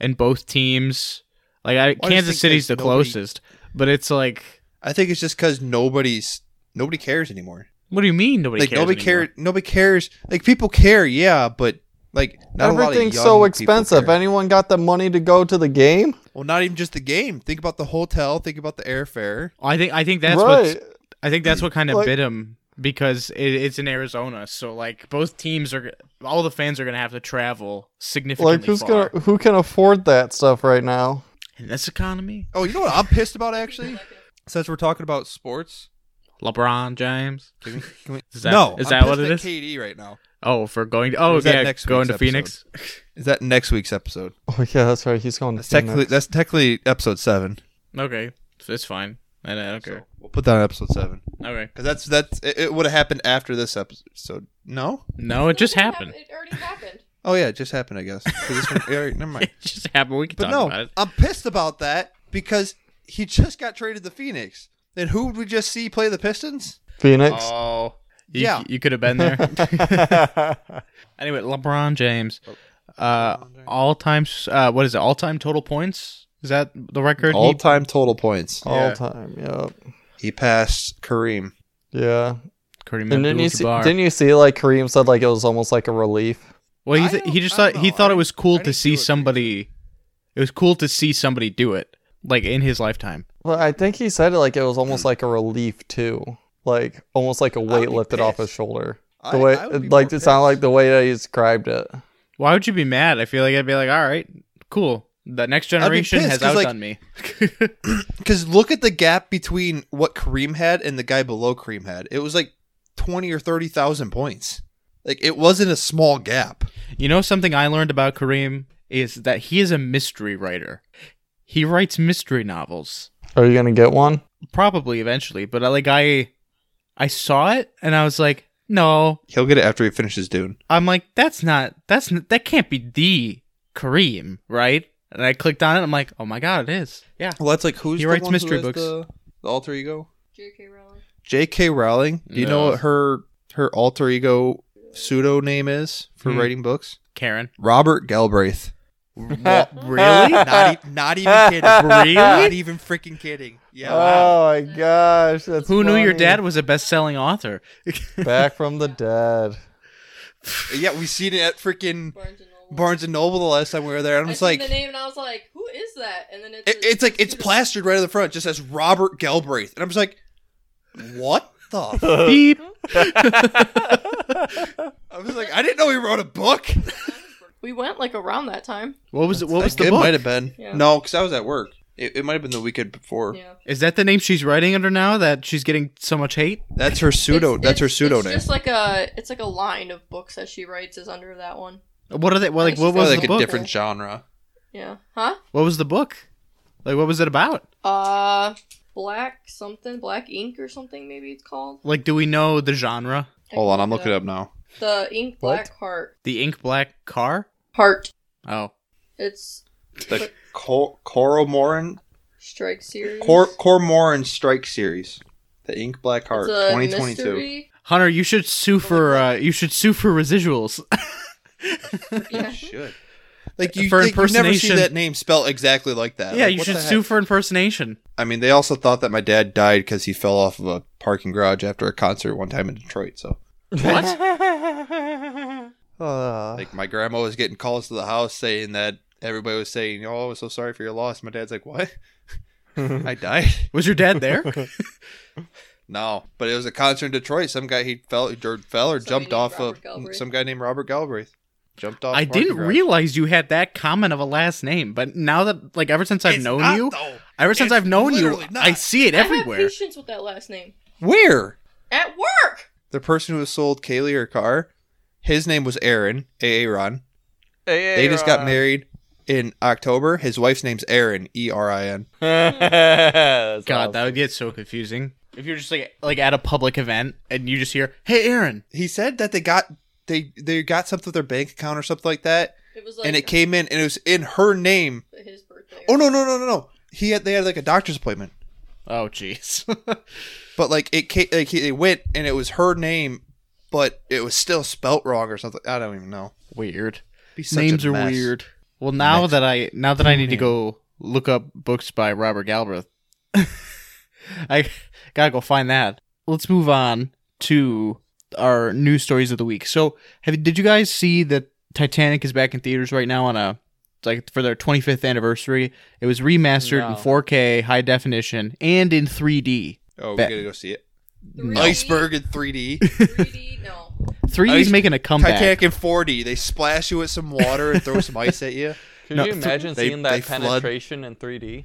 Speaker 1: and both teams like I,
Speaker 4: just
Speaker 1: Kansas
Speaker 4: think
Speaker 1: City's the
Speaker 4: that nobody-
Speaker 1: closest, but it's like
Speaker 4: I think it's just because nobody's nobody cares anymore.
Speaker 1: what do you mean nobody
Speaker 4: like
Speaker 1: cares
Speaker 4: nobody
Speaker 1: anymore?
Speaker 4: cares. Nobody cares. Like people care, yeah, but like not
Speaker 2: Everything's
Speaker 4: a lot of young
Speaker 2: so
Speaker 4: people
Speaker 2: expensive.
Speaker 4: care.
Speaker 2: Anyone got the money to go to the game?
Speaker 4: well, not even just the game. Think about the hotel. Think about the airfare.
Speaker 1: I think I think that's
Speaker 2: right.
Speaker 1: what I think that's what kind of
Speaker 2: Like-
Speaker 1: bit him because it, it's in Arizona, so like both teams are all the fans are gonna have to travel significantly.
Speaker 2: Like who's
Speaker 1: far.
Speaker 2: gonna who can afford that stuff right now? *laughs*
Speaker 1: in this economy?
Speaker 4: Oh, you know what I'm pissed about actually? Since we're talking about sports,
Speaker 1: LeBron James.
Speaker 4: can we, can we-
Speaker 1: Is that,
Speaker 4: no,
Speaker 1: is
Speaker 4: I'm
Speaker 1: that what
Speaker 4: pissed
Speaker 1: it
Speaker 4: at
Speaker 1: is?
Speaker 4: KD right now.
Speaker 1: Oh, for going. To, oh
Speaker 4: Is that
Speaker 1: yeah,
Speaker 4: next
Speaker 1: going to
Speaker 4: week's
Speaker 1: Phoenix.
Speaker 4: Is that next week's episode?
Speaker 2: Oh yeah, that's right. He's going to
Speaker 4: That's technically
Speaker 2: Phoenix.
Speaker 4: that's technically episode seven.
Speaker 1: Okay, so it's fine. I, I don't care.
Speaker 4: So we'll put that on episode seven
Speaker 1: Okay.
Speaker 4: because that's that's it, it would have happened after this episode. No.
Speaker 1: No, it just
Speaker 4: *laughs*
Speaker 1: happened.
Speaker 7: It already happened. *laughs*
Speaker 4: Oh yeah, it just happened. I guess. 'Cause it's gonna- all right, never mind.
Speaker 1: It just happened. We can
Speaker 4: But
Speaker 1: talk
Speaker 4: no,
Speaker 1: about it.
Speaker 4: I'm pissed about that because he just got traded to Phoenix. Then who would we just see play the Pistons?
Speaker 2: Phoenix.
Speaker 1: Oh, you,
Speaker 4: Yeah.
Speaker 1: you could have been
Speaker 4: *laughs*
Speaker 1: there. anyway, LeBron James,
Speaker 4: Oh.
Speaker 1: uh, all time. Uh, what is it? All time total points. Is that the record? he-
Speaker 4: time total points.
Speaker 2: *laughs* All time. Yep.
Speaker 4: He passed Kareem.
Speaker 2: Yeah.
Speaker 1: Kareem
Speaker 2: And didn't you see,
Speaker 1: Abdul-Jabbar.
Speaker 2: didn't you see like Kareem said like it was almost like a relief?
Speaker 1: Well, he,
Speaker 4: I
Speaker 1: th- he
Speaker 4: don't-
Speaker 1: just
Speaker 4: I don't
Speaker 1: thought he
Speaker 4: know.
Speaker 1: thought
Speaker 4: I
Speaker 1: it was
Speaker 4: didn't-
Speaker 1: cool
Speaker 4: I
Speaker 1: to
Speaker 4: didn't
Speaker 1: see
Speaker 4: do it.
Speaker 1: somebody. It was cool to see somebody do it, like in his lifetime.
Speaker 2: Well, I think he said it like it was almost like a relief too, like almost like a weight
Speaker 4: be
Speaker 2: lifted off his
Speaker 4: pissed.
Speaker 2: shoulder. The
Speaker 4: I-
Speaker 2: way,
Speaker 4: I would be
Speaker 2: like,
Speaker 4: more
Speaker 2: it sounded like
Speaker 4: pissed.
Speaker 2: the way that he described it.
Speaker 1: Why would you be mad? I feel like I'd be like, all right, cool. The next generation
Speaker 4: pissed,
Speaker 1: has
Speaker 4: 'cause, like-
Speaker 1: outdone
Speaker 4: *laughs*
Speaker 1: me.
Speaker 4: Because look at the gap between what Kareem had and the guy below Kareem had. It was like twenty or thirty thousand points. Like it wasn't a small gap.
Speaker 1: You know something I learned about Kareem is that he is a mystery writer. He writes mystery novels,
Speaker 2: Are you gonna get one?
Speaker 1: probably eventually. But I, like I, I saw it and I was like, no.
Speaker 4: He'll get it after he finishes Dune.
Speaker 1: I'm like, that's not that's n- that can't be the Kareem, right? And I clicked on it. I'm like, oh my god, it is. Yeah.
Speaker 4: Well, that's like who's
Speaker 1: He
Speaker 4: the
Speaker 1: writes
Speaker 4: one who
Speaker 1: mystery
Speaker 4: has
Speaker 1: books.
Speaker 4: The, the alter ego.
Speaker 7: J.K. Rowling.
Speaker 4: J.K. Rowling. Do you know
Speaker 1: No.
Speaker 4: what her her alter ego pseudonym is for
Speaker 1: Hmm.
Speaker 4: writing books? *laughs*
Speaker 1: Karen.
Speaker 4: Robert Galbraith.
Speaker 1: really?
Speaker 4: Not, e- not even kidding.
Speaker 1: Really?
Speaker 4: Not even freaking kidding. Yeah. wow.
Speaker 2: Oh my gosh! That's
Speaker 1: Who knew your
Speaker 2: funny. *laughs*
Speaker 1: dad was a best-selling author?
Speaker 2: Back from the dead.
Speaker 4: Yeah, we seen it at freaking
Speaker 7: Barnes and Noble.
Speaker 4: Barnes and Noble the last time we were there, and
Speaker 7: I
Speaker 4: I'm just
Speaker 7: seen
Speaker 4: like,
Speaker 7: the name, and I was like, "Who is that?" And then it's
Speaker 4: it- it's like it's plastered right on the front, just says Robert Galbraith, and I'm just like, what *laughs* the?
Speaker 1: Beep.
Speaker 4: I was like, I didn't know he wrote a book.
Speaker 7: We went like around that time.
Speaker 1: What was what was the
Speaker 4: it
Speaker 1: book?
Speaker 4: might have been
Speaker 7: Yeah.
Speaker 4: no, because I was at work. It, it might have been the weekend before.
Speaker 7: Yeah.
Speaker 1: Is that the name she's writing under now that she's getting so much hate?
Speaker 4: That's her pseudo.
Speaker 7: It's-
Speaker 4: that's her
Speaker 7: it's-
Speaker 4: pseudonym.
Speaker 7: It's just like a it's like a line of books that she writes is under that one.
Speaker 1: What are they? Well, like,
Speaker 7: It's
Speaker 1: what
Speaker 7: just
Speaker 1: was
Speaker 4: like
Speaker 1: the
Speaker 4: a
Speaker 1: book?
Speaker 4: different genre.
Speaker 7: Yeah. Huh?
Speaker 1: What was the book? Like, what was it about?
Speaker 7: Uh, black something, black ink or something. Maybe it's called.
Speaker 1: Like, do we know the genre?
Speaker 4: Hold on, I'm looking it up now.
Speaker 7: The ink
Speaker 2: What?
Speaker 7: black heart.
Speaker 1: The Ink Black Car?
Speaker 7: Heart.
Speaker 1: Oh,
Speaker 7: It's
Speaker 4: The Cor- Coromoran
Speaker 7: strike series.
Speaker 4: Cor- Cormoran Strike Series, The Ink Black Heart,
Speaker 7: It's a
Speaker 4: 2022. *laughs*
Speaker 7: mystery.
Speaker 1: Hunter, you should sue for uh, you should sue for
Speaker 4: *laughs*
Speaker 1: residuals.
Speaker 7: Yeah.
Speaker 4: Should. Like you,
Speaker 1: For
Speaker 4: like, you never see
Speaker 1: impersonation.
Speaker 4: that name spelled exactly like that.
Speaker 1: yeah,
Speaker 4: Like,
Speaker 1: you
Speaker 4: what
Speaker 1: should
Speaker 4: the
Speaker 1: sue
Speaker 4: heck?
Speaker 1: for impersonation.
Speaker 4: I mean, they also thought that my dad died because he fell off of a parking garage after a concert one time in Detroit. So, *laughs*
Speaker 1: What?
Speaker 2: Uh, *laughs*
Speaker 4: like, my grandma was getting calls to the house saying that everybody was saying, "Oh, I was so sorry for your loss." My dad's like, "What? I died." *laughs*
Speaker 1: was your dad there?
Speaker 4: No, but it was a concert in Detroit. Some guy he fell or fell or
Speaker 7: Somebody
Speaker 4: jumped
Speaker 7: named
Speaker 4: off
Speaker 7: Robert
Speaker 4: of
Speaker 7: Galbraith.
Speaker 4: some guy named Robert Galbraith. Jumped off.
Speaker 1: I
Speaker 4: parking
Speaker 1: didn't
Speaker 4: garage.
Speaker 1: realize you had that common of a last name, but now that like ever since I've
Speaker 4: It's
Speaker 1: known
Speaker 4: not,
Speaker 1: you,
Speaker 4: though.
Speaker 1: ever since
Speaker 4: It's
Speaker 1: I've known you,
Speaker 4: literally
Speaker 1: I
Speaker 4: not. *laughs*
Speaker 1: see it
Speaker 7: I have
Speaker 1: everywhere.
Speaker 7: patience with that last name.
Speaker 4: Where
Speaker 7: At work.
Speaker 4: the person who sold Kaylee her car, his name was Aaron Aaron. They just got married in October. His wife's name's Aaron E R I N.
Speaker 2: That's
Speaker 1: God, that
Speaker 2: awesome.
Speaker 1: would get so confusing if you're just like like at a public event and you just hear, "Hey, Aaron."
Speaker 4: He said that they got they they got something with their bank account or something like that,
Speaker 7: It was like
Speaker 4: and it came in and it was in her name.
Speaker 7: his birthday.
Speaker 4: Oh no no no no no! He had they had like a doctor's appointment.
Speaker 1: Oh, jeez. *laughs*
Speaker 4: But like it, ca- like it went and it was her name, but it was still spelt wrong or something. I don't even know.
Speaker 1: weird.
Speaker 4: Be such a
Speaker 1: Names are
Speaker 4: mess.
Speaker 1: weird. Well, now that I now that I need to go look up books by Robert Galbraith, *laughs* I gotta go find that. Let's move on to our news stories of the week. So, have did you guys see that Titanic is back in theaters right now on a like for their 25th anniversary? It was remastered in
Speaker 2: No.
Speaker 1: 4K high definition and in 3D.
Speaker 4: Oh, we
Speaker 1: Bet.
Speaker 4: gotta go see it.
Speaker 7: 3D,
Speaker 4: Iceberg in 3D. *laughs*
Speaker 7: 3D, no.
Speaker 1: 3D is
Speaker 4: Ice-
Speaker 1: making a comeback.
Speaker 4: Titanic in 4D. They splash you with some water and throw some ice at you.
Speaker 2: Could
Speaker 1: No,
Speaker 2: you
Speaker 1: th-
Speaker 2: imagine
Speaker 4: they-
Speaker 2: seeing
Speaker 4: they
Speaker 2: that
Speaker 4: flood.
Speaker 2: penetration in 3D?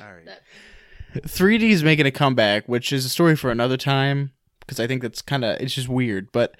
Speaker 4: All right.
Speaker 1: 3D is making a comeback, which is a story for another time because I think that's kind of it's just weird. But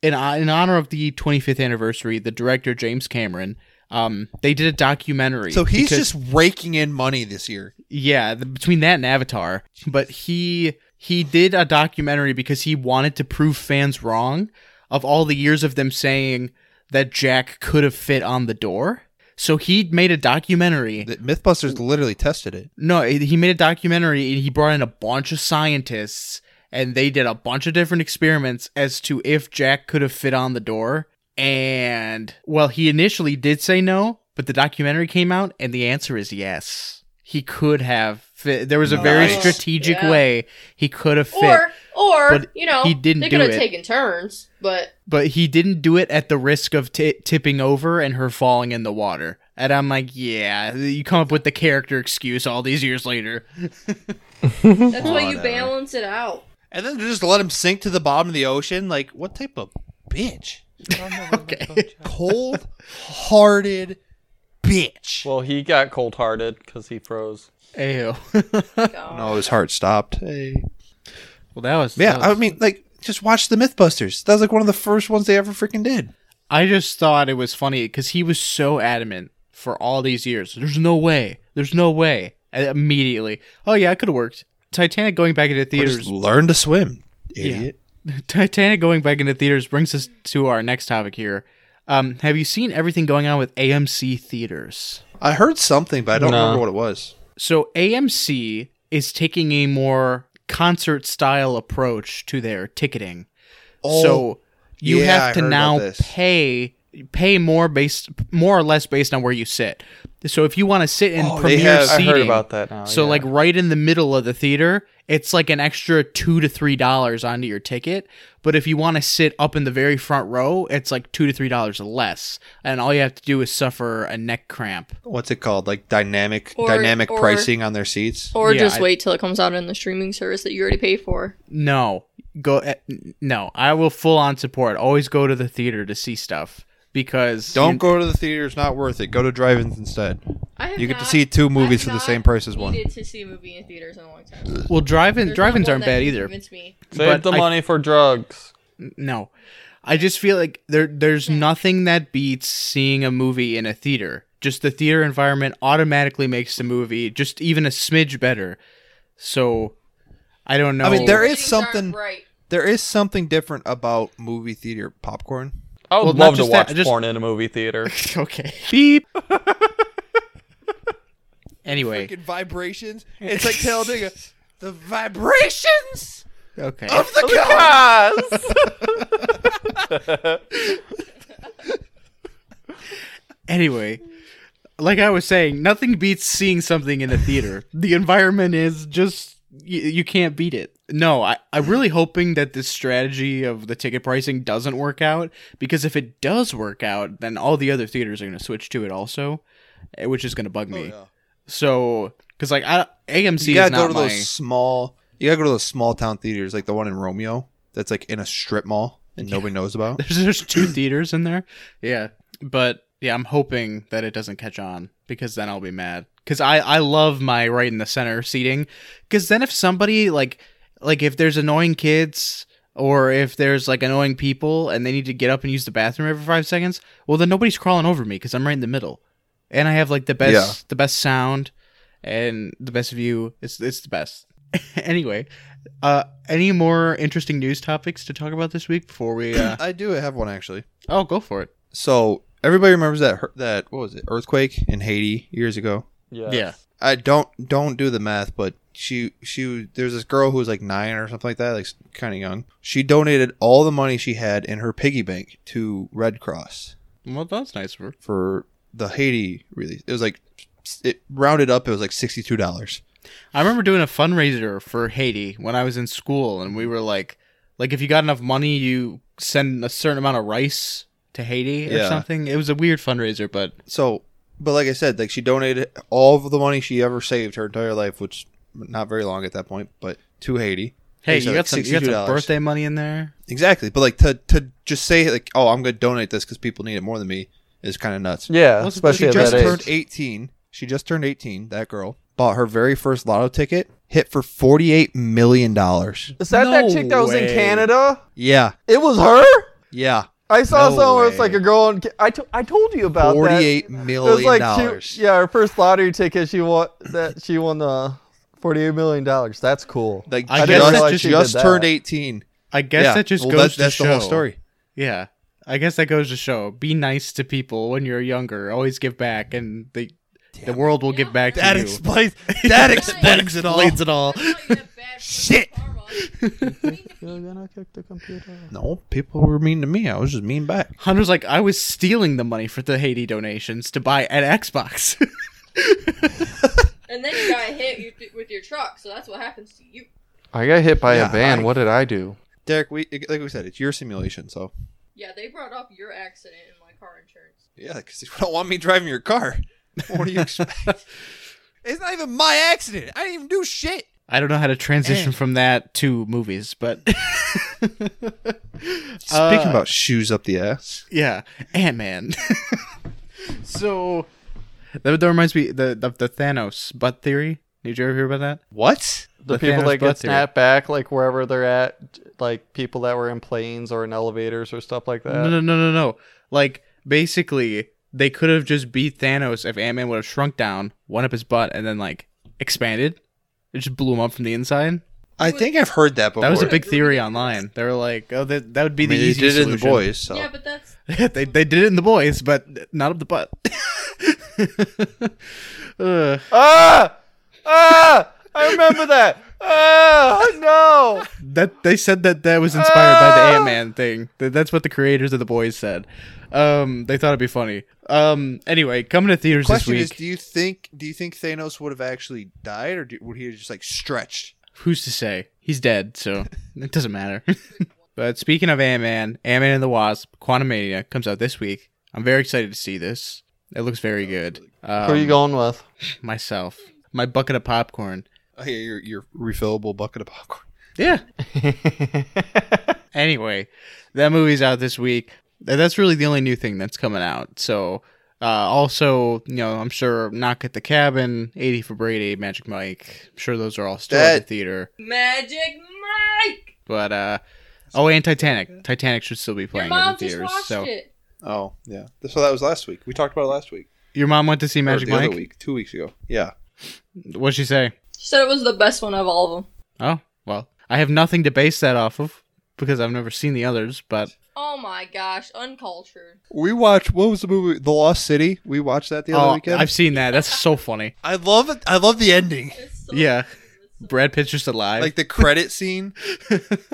Speaker 1: in in honor of the 25th anniversary, the director James Cameron, um, they did a documentary.
Speaker 4: So he's
Speaker 1: because-
Speaker 4: just raking in money this year.
Speaker 1: yeah the, between that and Avatar, but he he did a documentary because he wanted to prove fans wrong of all the years of them saying that Jack could have fit on the door. So he made a documentary
Speaker 4: The MythBusters literally tested it.
Speaker 1: No, he he made a documentary and he brought in a bunch of scientists and they did a bunch of different experiments as to if Jack could have fit on the door. And well, he initially did say no, but the documentary came out and the answer is yes. He could have fit. There was a very
Speaker 7: Nice.
Speaker 1: strategic
Speaker 7: Yeah.
Speaker 1: way he could have fit,
Speaker 7: Or, or
Speaker 1: But
Speaker 7: you know,
Speaker 1: he didn't
Speaker 7: they
Speaker 1: do
Speaker 7: could have
Speaker 1: it.
Speaker 7: taken turns, but
Speaker 1: but he didn't do it at the risk of t- tipping over and her falling in the water. And I'm like, yeah, you come up with the character excuse all these years later.
Speaker 7: that's why you
Speaker 4: Whatever.
Speaker 7: balance it out.
Speaker 4: And then just let him sink to the bottom of the ocean. Like, what type of bitch?
Speaker 1: Okay.
Speaker 4: Cold hearted bitch.
Speaker 2: Well, he got cold hearted because he froze.
Speaker 1: *laughs* Ew.
Speaker 4: no, his heart stopped.
Speaker 1: Well, that was
Speaker 4: Yeah,
Speaker 1: that
Speaker 4: I
Speaker 1: was-
Speaker 4: mean, like, just watch the MythBusters. That was like one of the first ones they ever freaking did.
Speaker 1: I just thought it was funny because he was so adamant for all these years. There's no way. There's no way. And immediately, oh yeah, it could have worked. Titanic going back into
Speaker 4: Or just
Speaker 1: theaters.
Speaker 4: learn to swim, idiot.
Speaker 1: *laughs* Titanic going back into theaters brings us to our next topic here. Um, have you seen everything going on with AMC theaters?
Speaker 4: I heard something, but I don't
Speaker 2: No.
Speaker 4: remember what it was.
Speaker 1: So AMC is taking a more concert style approach to their ticketing.
Speaker 4: Oh,
Speaker 1: so Oh, you
Speaker 4: yeah, I
Speaker 1: have to
Speaker 4: heard about
Speaker 1: now
Speaker 4: this.
Speaker 1: pay pay more based more or less based on where you sit. So if you want to sit in
Speaker 4: Oh, they
Speaker 1: premier
Speaker 4: have- I
Speaker 2: I
Speaker 1: seating,
Speaker 2: heard about that now.
Speaker 1: so
Speaker 2: yeah.
Speaker 1: like right in the middle of the theater, it's like an extra two to three dollars onto your ticket. But if you want to sit up in the very front row, it's like two to three dollars less, and all you have to do is suffer a neck cramp.
Speaker 4: what's it called? Like dynamic
Speaker 7: Or-
Speaker 4: dynamic
Speaker 7: or-
Speaker 4: pricing on their seats.
Speaker 7: Or
Speaker 1: Yeah,
Speaker 7: just
Speaker 1: I-
Speaker 7: wait till it comes out in the streaming service that you already pay for.
Speaker 1: No, go eh, n- no. I will full on support. Always go to the theater to see stuff because
Speaker 4: Don't
Speaker 1: you-
Speaker 4: go to the theater; it's not worth it. Go to drive-ins instead.
Speaker 7: I have
Speaker 4: You get to
Speaker 7: not-
Speaker 4: see two movies
Speaker 7: I've
Speaker 4: for the
Speaker 7: not
Speaker 4: same price as one.
Speaker 7: Needed to see a movie in theaters in a long time. There's
Speaker 1: Well, drive-in
Speaker 7: not
Speaker 1: drive-ins
Speaker 7: one
Speaker 1: aren't
Speaker 7: that
Speaker 1: bad
Speaker 7: can
Speaker 1: either.
Speaker 7: convince me.
Speaker 2: save
Speaker 1: but
Speaker 2: the
Speaker 1: I-
Speaker 2: money for drugs.
Speaker 1: No. I just feel like there there's nothing that beats seeing a movie in a theater. Just the theater environment automatically makes the movie just even a smidge better. So I don't know.
Speaker 4: I mean, there is
Speaker 7: Things aren't
Speaker 4: something *laughs*
Speaker 7: right.
Speaker 4: there is something different about movie theater popcorn.
Speaker 2: I would
Speaker 1: Well, not
Speaker 2: love to
Speaker 1: just that,
Speaker 2: watch
Speaker 1: just-
Speaker 2: porn in a movie
Speaker 1: *laughs*
Speaker 2: theater. *laughs*
Speaker 4: *laughs*
Speaker 1: okay. Beep. *laughs* anyway,
Speaker 4: *laughs* vibrations! It's like Talladega. The vibrations
Speaker 1: okay.
Speaker 4: *laughs* of the car.
Speaker 2: Yes.
Speaker 1: Anyway, like I was saying, nothing beats seeing something in a
Speaker 4: *laughs*
Speaker 1: theater. the environment is just you, you can't beat it. No, I, I'm really hoping that this strategy of the ticket pricing doesn't work out because if it does work out, then all the other theaters are going to switch to it also, eh, which is going to bug me. So, because like I, AMC
Speaker 4: Oh, You
Speaker 1: is
Speaker 4: gotta
Speaker 1: not
Speaker 4: go to
Speaker 1: my.
Speaker 4: those small. You gotta go to those small town theaters, like the one in Romeo, that's like in a strip mall and nobody
Speaker 1: *laughs*
Speaker 4: knows about.
Speaker 1: There's, there's two theaters in there. Yeah. But yeah, I'm hoping that it doesn't catch on because then I'll be mad. Cuz I I love my right in the center seating cuz then if somebody like like if there's annoying kids or if there's like annoying people and they need to get up and use the bathroom every 5 seconds, well then nobody's crawling over me cuz I'm right in the middle. And I have like the best
Speaker 4: Yeah.
Speaker 1: the best sound and the best view. It's it's the best. *laughs* anyway, uh any more interesting news topics to talk about this week before we uh
Speaker 4: I do have one actually.
Speaker 1: Oh, go for it.
Speaker 4: So everybody remembers that her- that what was it earthquake in Haiti years ago.
Speaker 2: Yes.
Speaker 1: Yeah.
Speaker 4: I don't don't do the math, but she she there's this girl who was like nine or something like that, like kind of young. She donated all the money she had in her piggy bank to Red Cross
Speaker 1: Well, that's nice of her.
Speaker 4: for the Haiti release. It was like it rounded up. It was like sixty two dollars.
Speaker 1: I remember doing a fundraiser for Haiti when I was in school, and we were like, like if you got enough money, you send a certain amount of rice to Haiti or
Speaker 4: Yeah.
Speaker 1: something. It was a weird fundraiser, but
Speaker 4: So, but like I said, like she donated all of the money she ever saved her entire life, which not very long at that point, but to Haiti.
Speaker 1: hey,
Speaker 4: Like I said,
Speaker 1: you got
Speaker 4: like
Speaker 1: some, you got some
Speaker 4: $62.
Speaker 1: birthday money in there.
Speaker 4: Exactly, but like to to just say like, oh, I'm gonna donate this because people need it more than me is kind of nuts.
Speaker 2: Yeah,
Speaker 1: Well,
Speaker 2: especially
Speaker 1: she
Speaker 2: at
Speaker 4: She just
Speaker 2: that
Speaker 4: turned
Speaker 2: age.
Speaker 4: 18. She just turned 18. That girl bought her very first lotto ticket, hit for 48 million dollars.
Speaker 2: Is that
Speaker 1: No
Speaker 2: that chick that was in
Speaker 1: way.
Speaker 2: Canada?
Speaker 4: Yeah,
Speaker 2: It was her.
Speaker 4: yeah,
Speaker 2: I saw
Speaker 1: No
Speaker 2: something where it's
Speaker 1: way.
Speaker 2: like a girl. In, Ca- I, to, I told you about that.
Speaker 4: 48
Speaker 2: It was
Speaker 4: million
Speaker 2: like
Speaker 4: dollars.
Speaker 2: She, yeah, her first lottery ticket. She won that. She won the forty-eight million dollars. That's cool.
Speaker 4: Like
Speaker 1: I
Speaker 4: just,
Speaker 1: guess that
Speaker 4: just,
Speaker 1: just-
Speaker 2: did that.
Speaker 4: turned 18.
Speaker 1: I guess
Speaker 4: yeah.
Speaker 1: that just
Speaker 4: Well,
Speaker 1: goes
Speaker 4: that's,
Speaker 1: to
Speaker 4: that's
Speaker 1: show.
Speaker 4: the whole story.
Speaker 1: Yeah, I guess that goes to show. Be nice to people when you're younger. Always give back, and the the world will give back
Speaker 4: *laughs*
Speaker 1: to you.
Speaker 4: explains. That explains it
Speaker 1: Explains it all.
Speaker 4: Oh. Shit.
Speaker 2: You're gonna kick the computer.
Speaker 4: No, people were mean to me. I was just mean back.
Speaker 1: Hunter's like, I was stealing the money for the Haiti donations to buy an Xbox.
Speaker 7: And then you got hit you- with your truck, so that's what happens to you.
Speaker 2: I got hit by
Speaker 4: Yeah,
Speaker 2: a van.
Speaker 4: I-
Speaker 2: What did I do?
Speaker 4: Derek, we like we said, it's your simulation, so
Speaker 7: Yeah, they brought up your accident in my car insurance.
Speaker 4: yeah, because you don't want me driving your car. *laughs* What do
Speaker 1: *laughs*
Speaker 4: you expect? it's not even my accident. I didn't even do shit.
Speaker 1: I don't know how to transition
Speaker 4: Eh.
Speaker 1: from that to movies, but
Speaker 4: Speaking about shoes up the ass.
Speaker 1: yeah, Ant Man. *laughs* so that, that reminds me the, the the Thanos butt theory. Did you ever hear about that?
Speaker 4: What?
Speaker 2: The,
Speaker 1: The
Speaker 2: people
Speaker 1: Thanos butt
Speaker 2: that get
Speaker 1: theory.
Speaker 2: snapped back, like wherever they're at, like people that were in planes or in elevators or stuff
Speaker 4: uh,
Speaker 2: like
Speaker 1: No,
Speaker 2: that.
Speaker 1: no, no, no, no. Like basically, they could have just beat Thanos if Ant Man would have shrunk down, went up his butt, and then like expanded. It just blew him up from the inside.
Speaker 4: I think I've heard that before.
Speaker 1: That was a big theory online. They were like, "Oh, that that would be
Speaker 4: I
Speaker 1: the
Speaker 4: mean, they
Speaker 1: easiest
Speaker 4: did it in the
Speaker 1: solution.
Speaker 4: boys. So.
Speaker 7: Yeah, but that's
Speaker 1: *laughs* they they did it in the boys, but not up the butt. *laughs* Uh, Ugh.
Speaker 2: Ah! Ah! I remember that. Ah! No.
Speaker 1: that they said that that was inspired by
Speaker 4: Ah!
Speaker 1: the Ant Man thing. That, that's what the creators of the boys said. Um, they thought it'd be funny. Um, anyway, coming to theaters
Speaker 4: Question is,
Speaker 1: this week.
Speaker 4: do you think do you think Thanos would have actually died, or do, would he have just like stretched?
Speaker 1: who's to say? He's dead, so *laughs* it doesn't matter. but speaking of Ant Man, Ant Man and the Wasp: Quantumania comes out this week. I'm very excited to see this. It looks very good. Um,
Speaker 2: Who are you going with?
Speaker 1: Myself, my bucket of popcorn.
Speaker 4: Oh, yeah, your your refillable bucket of popcorn.
Speaker 1: Yeah. anyway, that movie's out this week. Th- That's really the only new thing that's coming out. So, uh, also, you know, I'm sure Knock at the Cabin, 80 for Brady, Magic Mike. I'm sure those are all still at the
Speaker 4: That-
Speaker 1: theater.
Speaker 7: Magic Mike.
Speaker 1: But, uh, oh, and Titanic. Titanic should still be
Speaker 7: Your
Speaker 1: playing at
Speaker 7: mom
Speaker 1: the
Speaker 7: just
Speaker 1: theaters.
Speaker 7: watched
Speaker 1: So,
Speaker 7: it.
Speaker 4: Oh yeah, so that was last week. We talked about it last week.
Speaker 1: your mom went to see
Speaker 4: Or
Speaker 1: Magic
Speaker 4: the other
Speaker 1: Mike?
Speaker 4: week, two weeks ago. Yeah,
Speaker 1: What'd she say?
Speaker 7: She said it was the best one of all of them.
Speaker 1: Oh, well, I have nothing to base that off of because I've never seen the others, but
Speaker 7: Oh my gosh, uncultured.
Speaker 4: we watched. What was the movie? The Lost City. We watched that the other
Speaker 1: oh,
Speaker 4: weekend.
Speaker 1: I've seen that. That's so
Speaker 7: *laughs*
Speaker 1: funny.
Speaker 4: I love it. I love the ending.
Speaker 7: It's so
Speaker 1: Yeah. Brad Pitt's just alive.
Speaker 4: Like the credit scene. *laughs*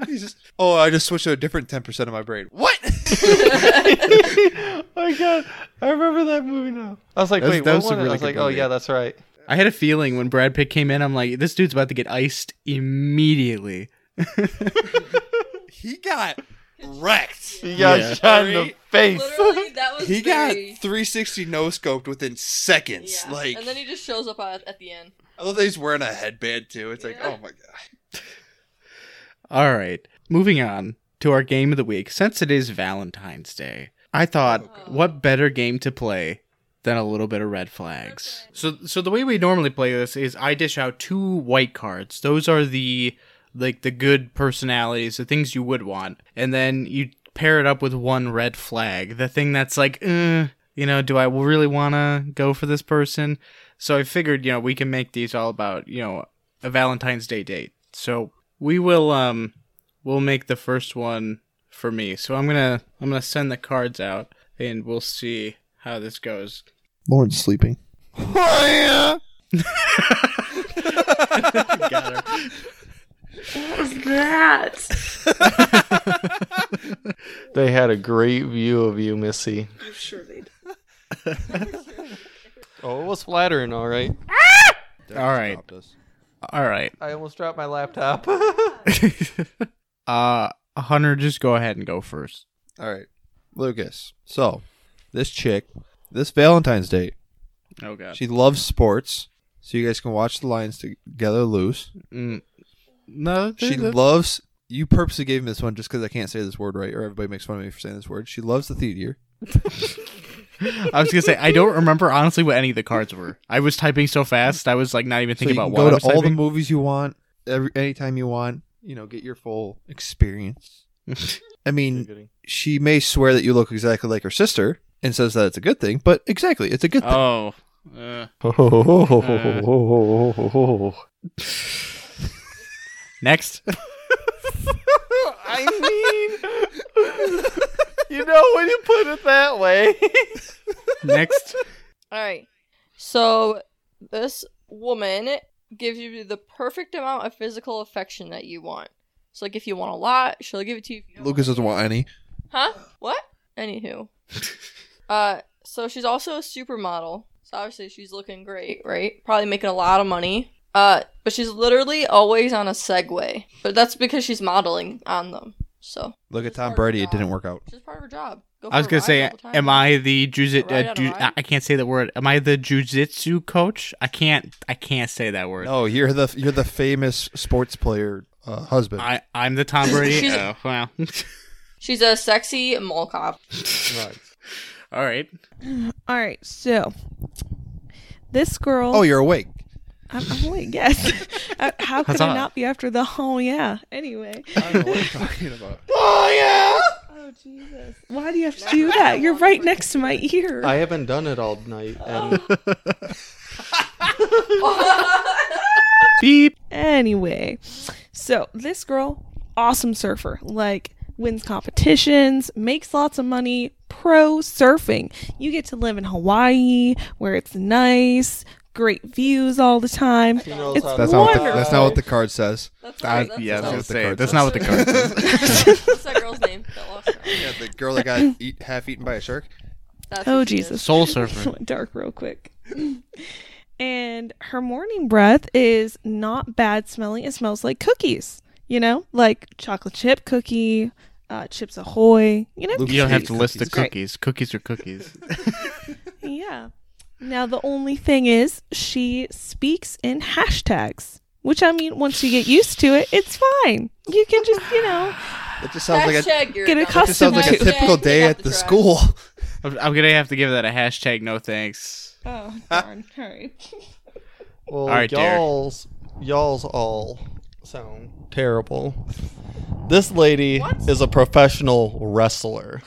Speaker 4: He's just, oh, I just switched to a different ten percent of my brain. What? *laughs*
Speaker 2: *laughs* Oh my god, I remember that movie now. I was like,
Speaker 1: That's-
Speaker 2: wait,
Speaker 1: that
Speaker 2: what
Speaker 1: was a
Speaker 2: one?
Speaker 1: really
Speaker 2: I was
Speaker 1: good
Speaker 2: like, oh
Speaker 1: movie.
Speaker 2: yeah, that's right.
Speaker 1: I had a feeling when Brad Pitt came in, I'm like, this dude's about to get iced immediately. *laughs*
Speaker 4: he got wrecked.
Speaker 2: He got
Speaker 1: Yeah.
Speaker 2: shot in the face.
Speaker 7: *laughs* Literally, that
Speaker 4: *laughs*
Speaker 7: was
Speaker 4: He got
Speaker 7: very-
Speaker 4: 360 no scoped within seconds.
Speaker 7: Yeah.
Speaker 4: Like,
Speaker 7: and then he just shows up at, at the end.
Speaker 4: I love that he's wearing a headband too. It's like,
Speaker 7: Yeah.
Speaker 4: oh my god. *laughs*
Speaker 1: All right, moving on to our game of the week. Since it is Valentine's Day, I thought, what better game to play than a little bit of red flags? So, so the way we normally play this is I dish out two white cards. Those are the like the good personalities, the things you would want, and then you pair it up with one red flag, the thing that's like, eh, you know, do I really want to go for this person? So I figured, you know, we can make these all about, you know, a Valentine's Day date. So we will um we'll make the first one for me. So I'm gonna I'm gonna send the cards out and we'll see how this goes.
Speaker 4: Lauren's sleeping.
Speaker 1: Got her.
Speaker 6: What was that?
Speaker 2: *laughs* They had a great view of you, Missy.
Speaker 6: I'm sure they did.
Speaker 2: Oh, it was flattering, all right.
Speaker 1: All right.
Speaker 4: Stopped us.
Speaker 1: All right.
Speaker 2: I almost dropped my laptop.
Speaker 1: *laughs*
Speaker 2: *laughs*
Speaker 1: Uh, Hunter, just go ahead and go first.
Speaker 4: All right, Lucas. So, this chick, this Valentine's Day,
Speaker 1: Oh God.
Speaker 4: she loves sports. So you guys can watch the Lions together lose.
Speaker 1: Mm. No,
Speaker 4: She
Speaker 1: that-
Speaker 4: loves. You purposely gave me this one just because I can't say this word right, or everybody makes fun of me for saying this word. She loves the theater.
Speaker 1: I was gonna say I don't remember honestly what any of the cards were. I was typing so fast, I was like not even
Speaker 4: So
Speaker 1: thinking
Speaker 4: you
Speaker 1: about
Speaker 4: can
Speaker 1: what I
Speaker 4: go
Speaker 1: was
Speaker 4: to all the
Speaker 1: typing.
Speaker 4: movies you want, every anytime you want. You know, get your full *laughs* experience. I mean, she may swear that you look exactly like her sister and says that it's a good thing, but exactly, it's a good thing.
Speaker 1: oh, uh, next.
Speaker 2: I mean, *laughs* you know, when you put it that way.
Speaker 1: *laughs* Next.
Speaker 7: All right. So this woman gives you the perfect amount of physical affection that you want. So like if you want a lot, she'll give it to you. If you don't
Speaker 4: Lucas doesn't want any.
Speaker 7: Huh? What? Anywho. uh, so she's also a supermodel. So obviously she's looking great, right? Probably making a lot of money. Uh, but she's literally always on a Segway. But that's because she's modeling on them. So
Speaker 4: Look at
Speaker 7: Just part
Speaker 4: Tom
Speaker 7: of
Speaker 4: Brady;
Speaker 7: the
Speaker 4: it didn't
Speaker 7: job.
Speaker 4: work out.
Speaker 7: she's part of her job. Go
Speaker 1: I was
Speaker 7: for a
Speaker 1: gonna
Speaker 7: ride
Speaker 1: say,
Speaker 7: all the time.
Speaker 1: am I the jujitsu?
Speaker 7: Right
Speaker 1: Uh,
Speaker 7: on
Speaker 1: ju-
Speaker 7: a
Speaker 1: I-,
Speaker 7: ride?
Speaker 1: I can't say the word. Am I the jujitsu coach? I can't. I can't say that word.
Speaker 4: No, you're the you're the famous sports player uh, husband.
Speaker 1: I I'm the Tom Brady.
Speaker 7: She's-
Speaker 1: oh, wow.
Speaker 7: She's a sexy mall cop.
Speaker 1: all right.
Speaker 6: All right, so this girl.
Speaker 4: oh, you're awake.
Speaker 6: I'm, I'm awake. Yes. *laughs* Uh, How could I
Speaker 1: Huzzah.
Speaker 6: not be after the? Oh yeah. Anyway.
Speaker 4: I don't know what you're talking *laughs* about.
Speaker 6: Oh Jesus! Why do you have to do that? You're right next to my
Speaker 2: *laughs*
Speaker 6: ear.
Speaker 2: I haven't done it all night. And
Speaker 1: Beep.
Speaker 6: Anyway, so this girl, awesome surfer, like wins competitions, makes lots of money, pro surfing. You get to live in Hawaii where it's nice, great views all the time. Oh,
Speaker 2: she knows
Speaker 6: It's
Speaker 2: how to
Speaker 4: That's not what the,
Speaker 6: Wonderful.
Speaker 4: that's not what the card says.
Speaker 7: That's
Speaker 1: I,
Speaker 7: not, that's
Speaker 1: yeah, I was
Speaker 7: not-
Speaker 1: gonna
Speaker 4: what the
Speaker 1: say
Speaker 4: card
Speaker 1: that's not what the card says.
Speaker 7: *laughs* What's that girl's name? That lost her.
Speaker 4: Yeah, the girl that *laughs* got eat, half eaten by a shark.
Speaker 7: That's
Speaker 6: Oh
Speaker 7: who she is.
Speaker 6: Jesus!
Speaker 1: Soul Surfer.
Speaker 6: *laughs* Went dark real quick. *laughs* and her morning breath is not bad smelling. It smells like cookies, you know, like chocolate chip cookie, uh, chips ahoy, you know.
Speaker 1: You don't have to list the
Speaker 6: Right.
Speaker 1: cookies. Cookies are cookies.
Speaker 6: Yeah. Now the only thing is she speaks in hashtags, which I mean, once you get used to it, it's fine. You can just,
Speaker 1: *laughs*
Speaker 6: you know,
Speaker 4: It just sounds like a,
Speaker 7: Hashtag you're
Speaker 6: Get
Speaker 7: dumb.
Speaker 4: just
Speaker 6: accustomed
Speaker 4: sounds like a
Speaker 6: Hashtag
Speaker 4: typical day
Speaker 7: pick up
Speaker 4: at the *laughs*
Speaker 7: trash.
Speaker 4: school.
Speaker 1: I'm, I'm gonna have to give that a hashtag. No thanks.
Speaker 6: oh darn, hurry.
Speaker 2: Well,
Speaker 1: All right, Derek.
Speaker 2: y'all's y'all's all sound terrible. This lady is a professional wrestler.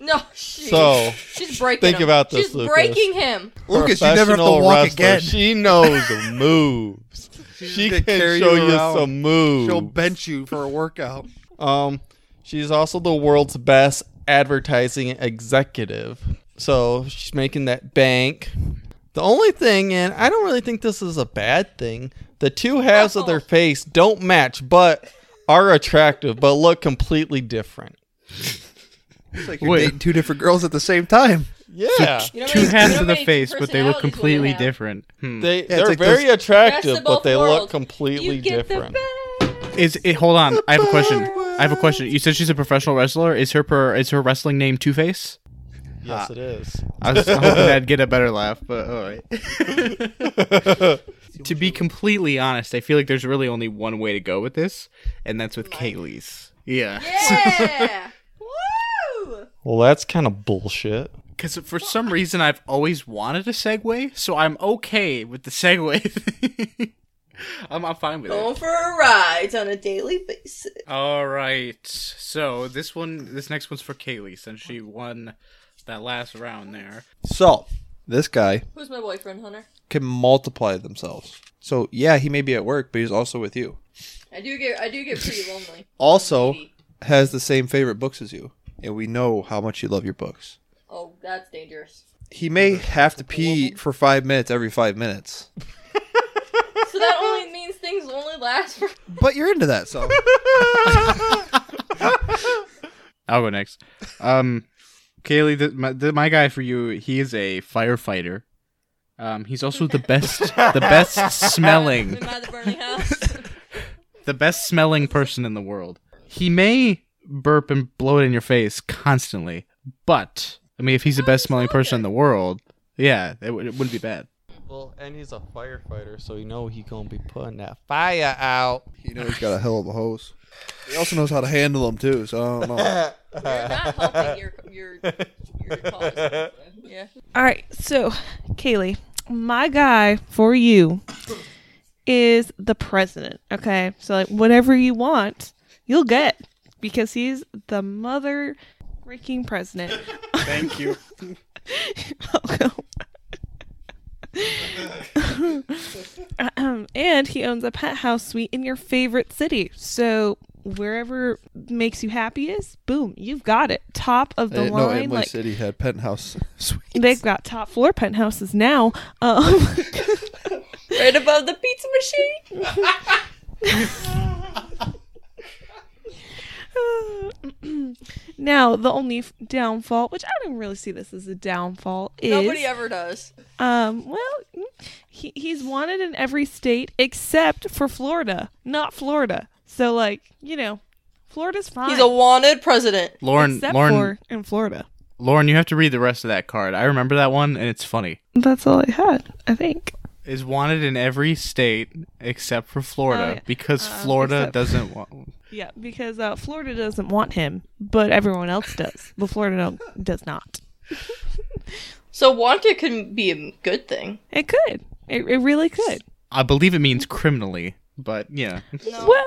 Speaker 7: No, she,
Speaker 2: So,
Speaker 7: she's breaking.
Speaker 2: think
Speaker 7: him.
Speaker 2: about this,
Speaker 7: She's
Speaker 2: Lucas.
Speaker 7: breaking him.
Speaker 4: Lucas, you never have to
Speaker 2: Professional
Speaker 4: walk
Speaker 2: wrestler.
Speaker 4: again.
Speaker 2: She knows the
Speaker 4: *laughs*
Speaker 2: moves. she
Speaker 4: gonna
Speaker 2: can
Speaker 4: carry
Speaker 2: show
Speaker 4: you
Speaker 2: you,
Speaker 4: around.
Speaker 2: some moves.
Speaker 4: She'll bench you for a workout.
Speaker 2: Um, she's also the world's best advertising executive. So she's making that bank. The only thing, and I don't really think this is a bad thing, the two halves of their face don't match, but are attractive, but look completely different.
Speaker 4: It's like you're
Speaker 1: Wait.
Speaker 4: dating two different girls at the same time.
Speaker 2: *laughs* Yeah.
Speaker 7: You know how
Speaker 1: Two
Speaker 7: many- you
Speaker 1: halves
Speaker 7: know
Speaker 1: of
Speaker 7: how
Speaker 1: the
Speaker 7: many
Speaker 1: face, but they look
Speaker 7: personalities women
Speaker 1: completely
Speaker 7: have?
Speaker 1: different. Hmm.
Speaker 2: They,
Speaker 4: it's
Speaker 2: they're
Speaker 4: like
Speaker 2: very
Speaker 7: Best
Speaker 2: attractive,
Speaker 7: of
Speaker 2: but
Speaker 7: both
Speaker 2: they look
Speaker 7: worlds.
Speaker 2: completely
Speaker 7: You get the
Speaker 2: different.
Speaker 1: Is it? Hold on. I have a question. I have a question. You said she's a professional wrestler. Is her per, is her wrestling name Two Face?
Speaker 2: yes, it is.
Speaker 1: I was hoping I'd get a better laugh, but all right. *laughs* to be completely honest, I feel like there's really only one way to go with this, and that's with Kaylee's. Yeah. *laughs*
Speaker 7: Yeah. Woo!
Speaker 2: Well, that's kind of bullshit.
Speaker 1: Because for some reason, I've always wanted a segue, so I'm okay with the segue. thing. *laughs* I'm, I'm fine with it.
Speaker 7: Going for a ride on a daily basis.
Speaker 1: All right. So this one, this next one's for Kaylee, since she won that last round there.
Speaker 4: So, this guy
Speaker 7: Who's my boyfriend, Hunter?
Speaker 4: can multiply themselves. So, yeah, he may be at work, but he's also with you.
Speaker 7: I do get I do get pretty lonely.
Speaker 4: Also, has the same favorite books as you. And we know how much you love your books.
Speaker 7: Oh, that's dangerous.
Speaker 4: He may have to pee for five minutes every five minutes.
Speaker 7: So that *laughs* only means things only last
Speaker 1: *laughs*
Speaker 7: for.
Speaker 4: But you're into that, *laughs* so
Speaker 1: I'll go next. Um, Kaylee, the, my, the, my guy for you, he is a firefighter. Um, he's also the best, the best smelling,
Speaker 7: *laughs* By the burning house.
Speaker 1: *laughs* the best smelling person in the world. He may burp and blow it in your face constantly, but I mean, if he's the best smelling person in the world, yeah, it, would- it wouldn't be bad.
Speaker 2: Well, and he's a firefighter, so you know he gonna be putting that fire out.
Speaker 4: you know he's got a hell of a hose. He also knows how to handle them too, so I don't know.
Speaker 7: You're not helping your your
Speaker 1: *laughs*
Speaker 7: your cause. Yeah.
Speaker 6: All right, so Kaylee, my guy for you is the president. Okay, so like whatever you want, you'll get because he's the mother freaking president.
Speaker 1: Thank
Speaker 6: *laughs*
Speaker 1: you.
Speaker 6: Ahem. *laughs* and he owns a penthouse suite in your favorite city. So wherever makes you happy is, boom, you've got it. Top of
Speaker 4: I
Speaker 6: the
Speaker 4: didn't know
Speaker 6: line,
Speaker 4: Emily
Speaker 6: like
Speaker 4: City had penthouse *laughs* suite.
Speaker 6: they've got top floor penthouses now. Um, *coughs*
Speaker 7: Right above the pizza machine.
Speaker 6: now the only f- downfall, which I don't really see this as a downfall, is
Speaker 7: Nobody ever does.
Speaker 6: um well he he's wanted in every state except for Florida, not Florida. So like you know, Florida's fine.
Speaker 7: He's a wanted president.
Speaker 1: Lauren,
Speaker 6: except
Speaker 1: Lauren,
Speaker 6: for in Florida.
Speaker 1: Lauren, you have to read the rest of that card. I remember that one, and it's funny.
Speaker 6: That's all I had, I think.
Speaker 1: Is wanted in every state except for Florida
Speaker 6: Oh, yeah.
Speaker 1: because
Speaker 6: Um,
Speaker 1: Florida
Speaker 6: except-
Speaker 1: doesn't want.
Speaker 6: Yeah, because uh, Florida doesn't want him, but everyone else does. But Florida don't, does not.
Speaker 7: So wanted can be a good thing.
Speaker 6: It could. It, it really could.
Speaker 1: I believe it means criminally, but yeah. *laughs*
Speaker 6: Well,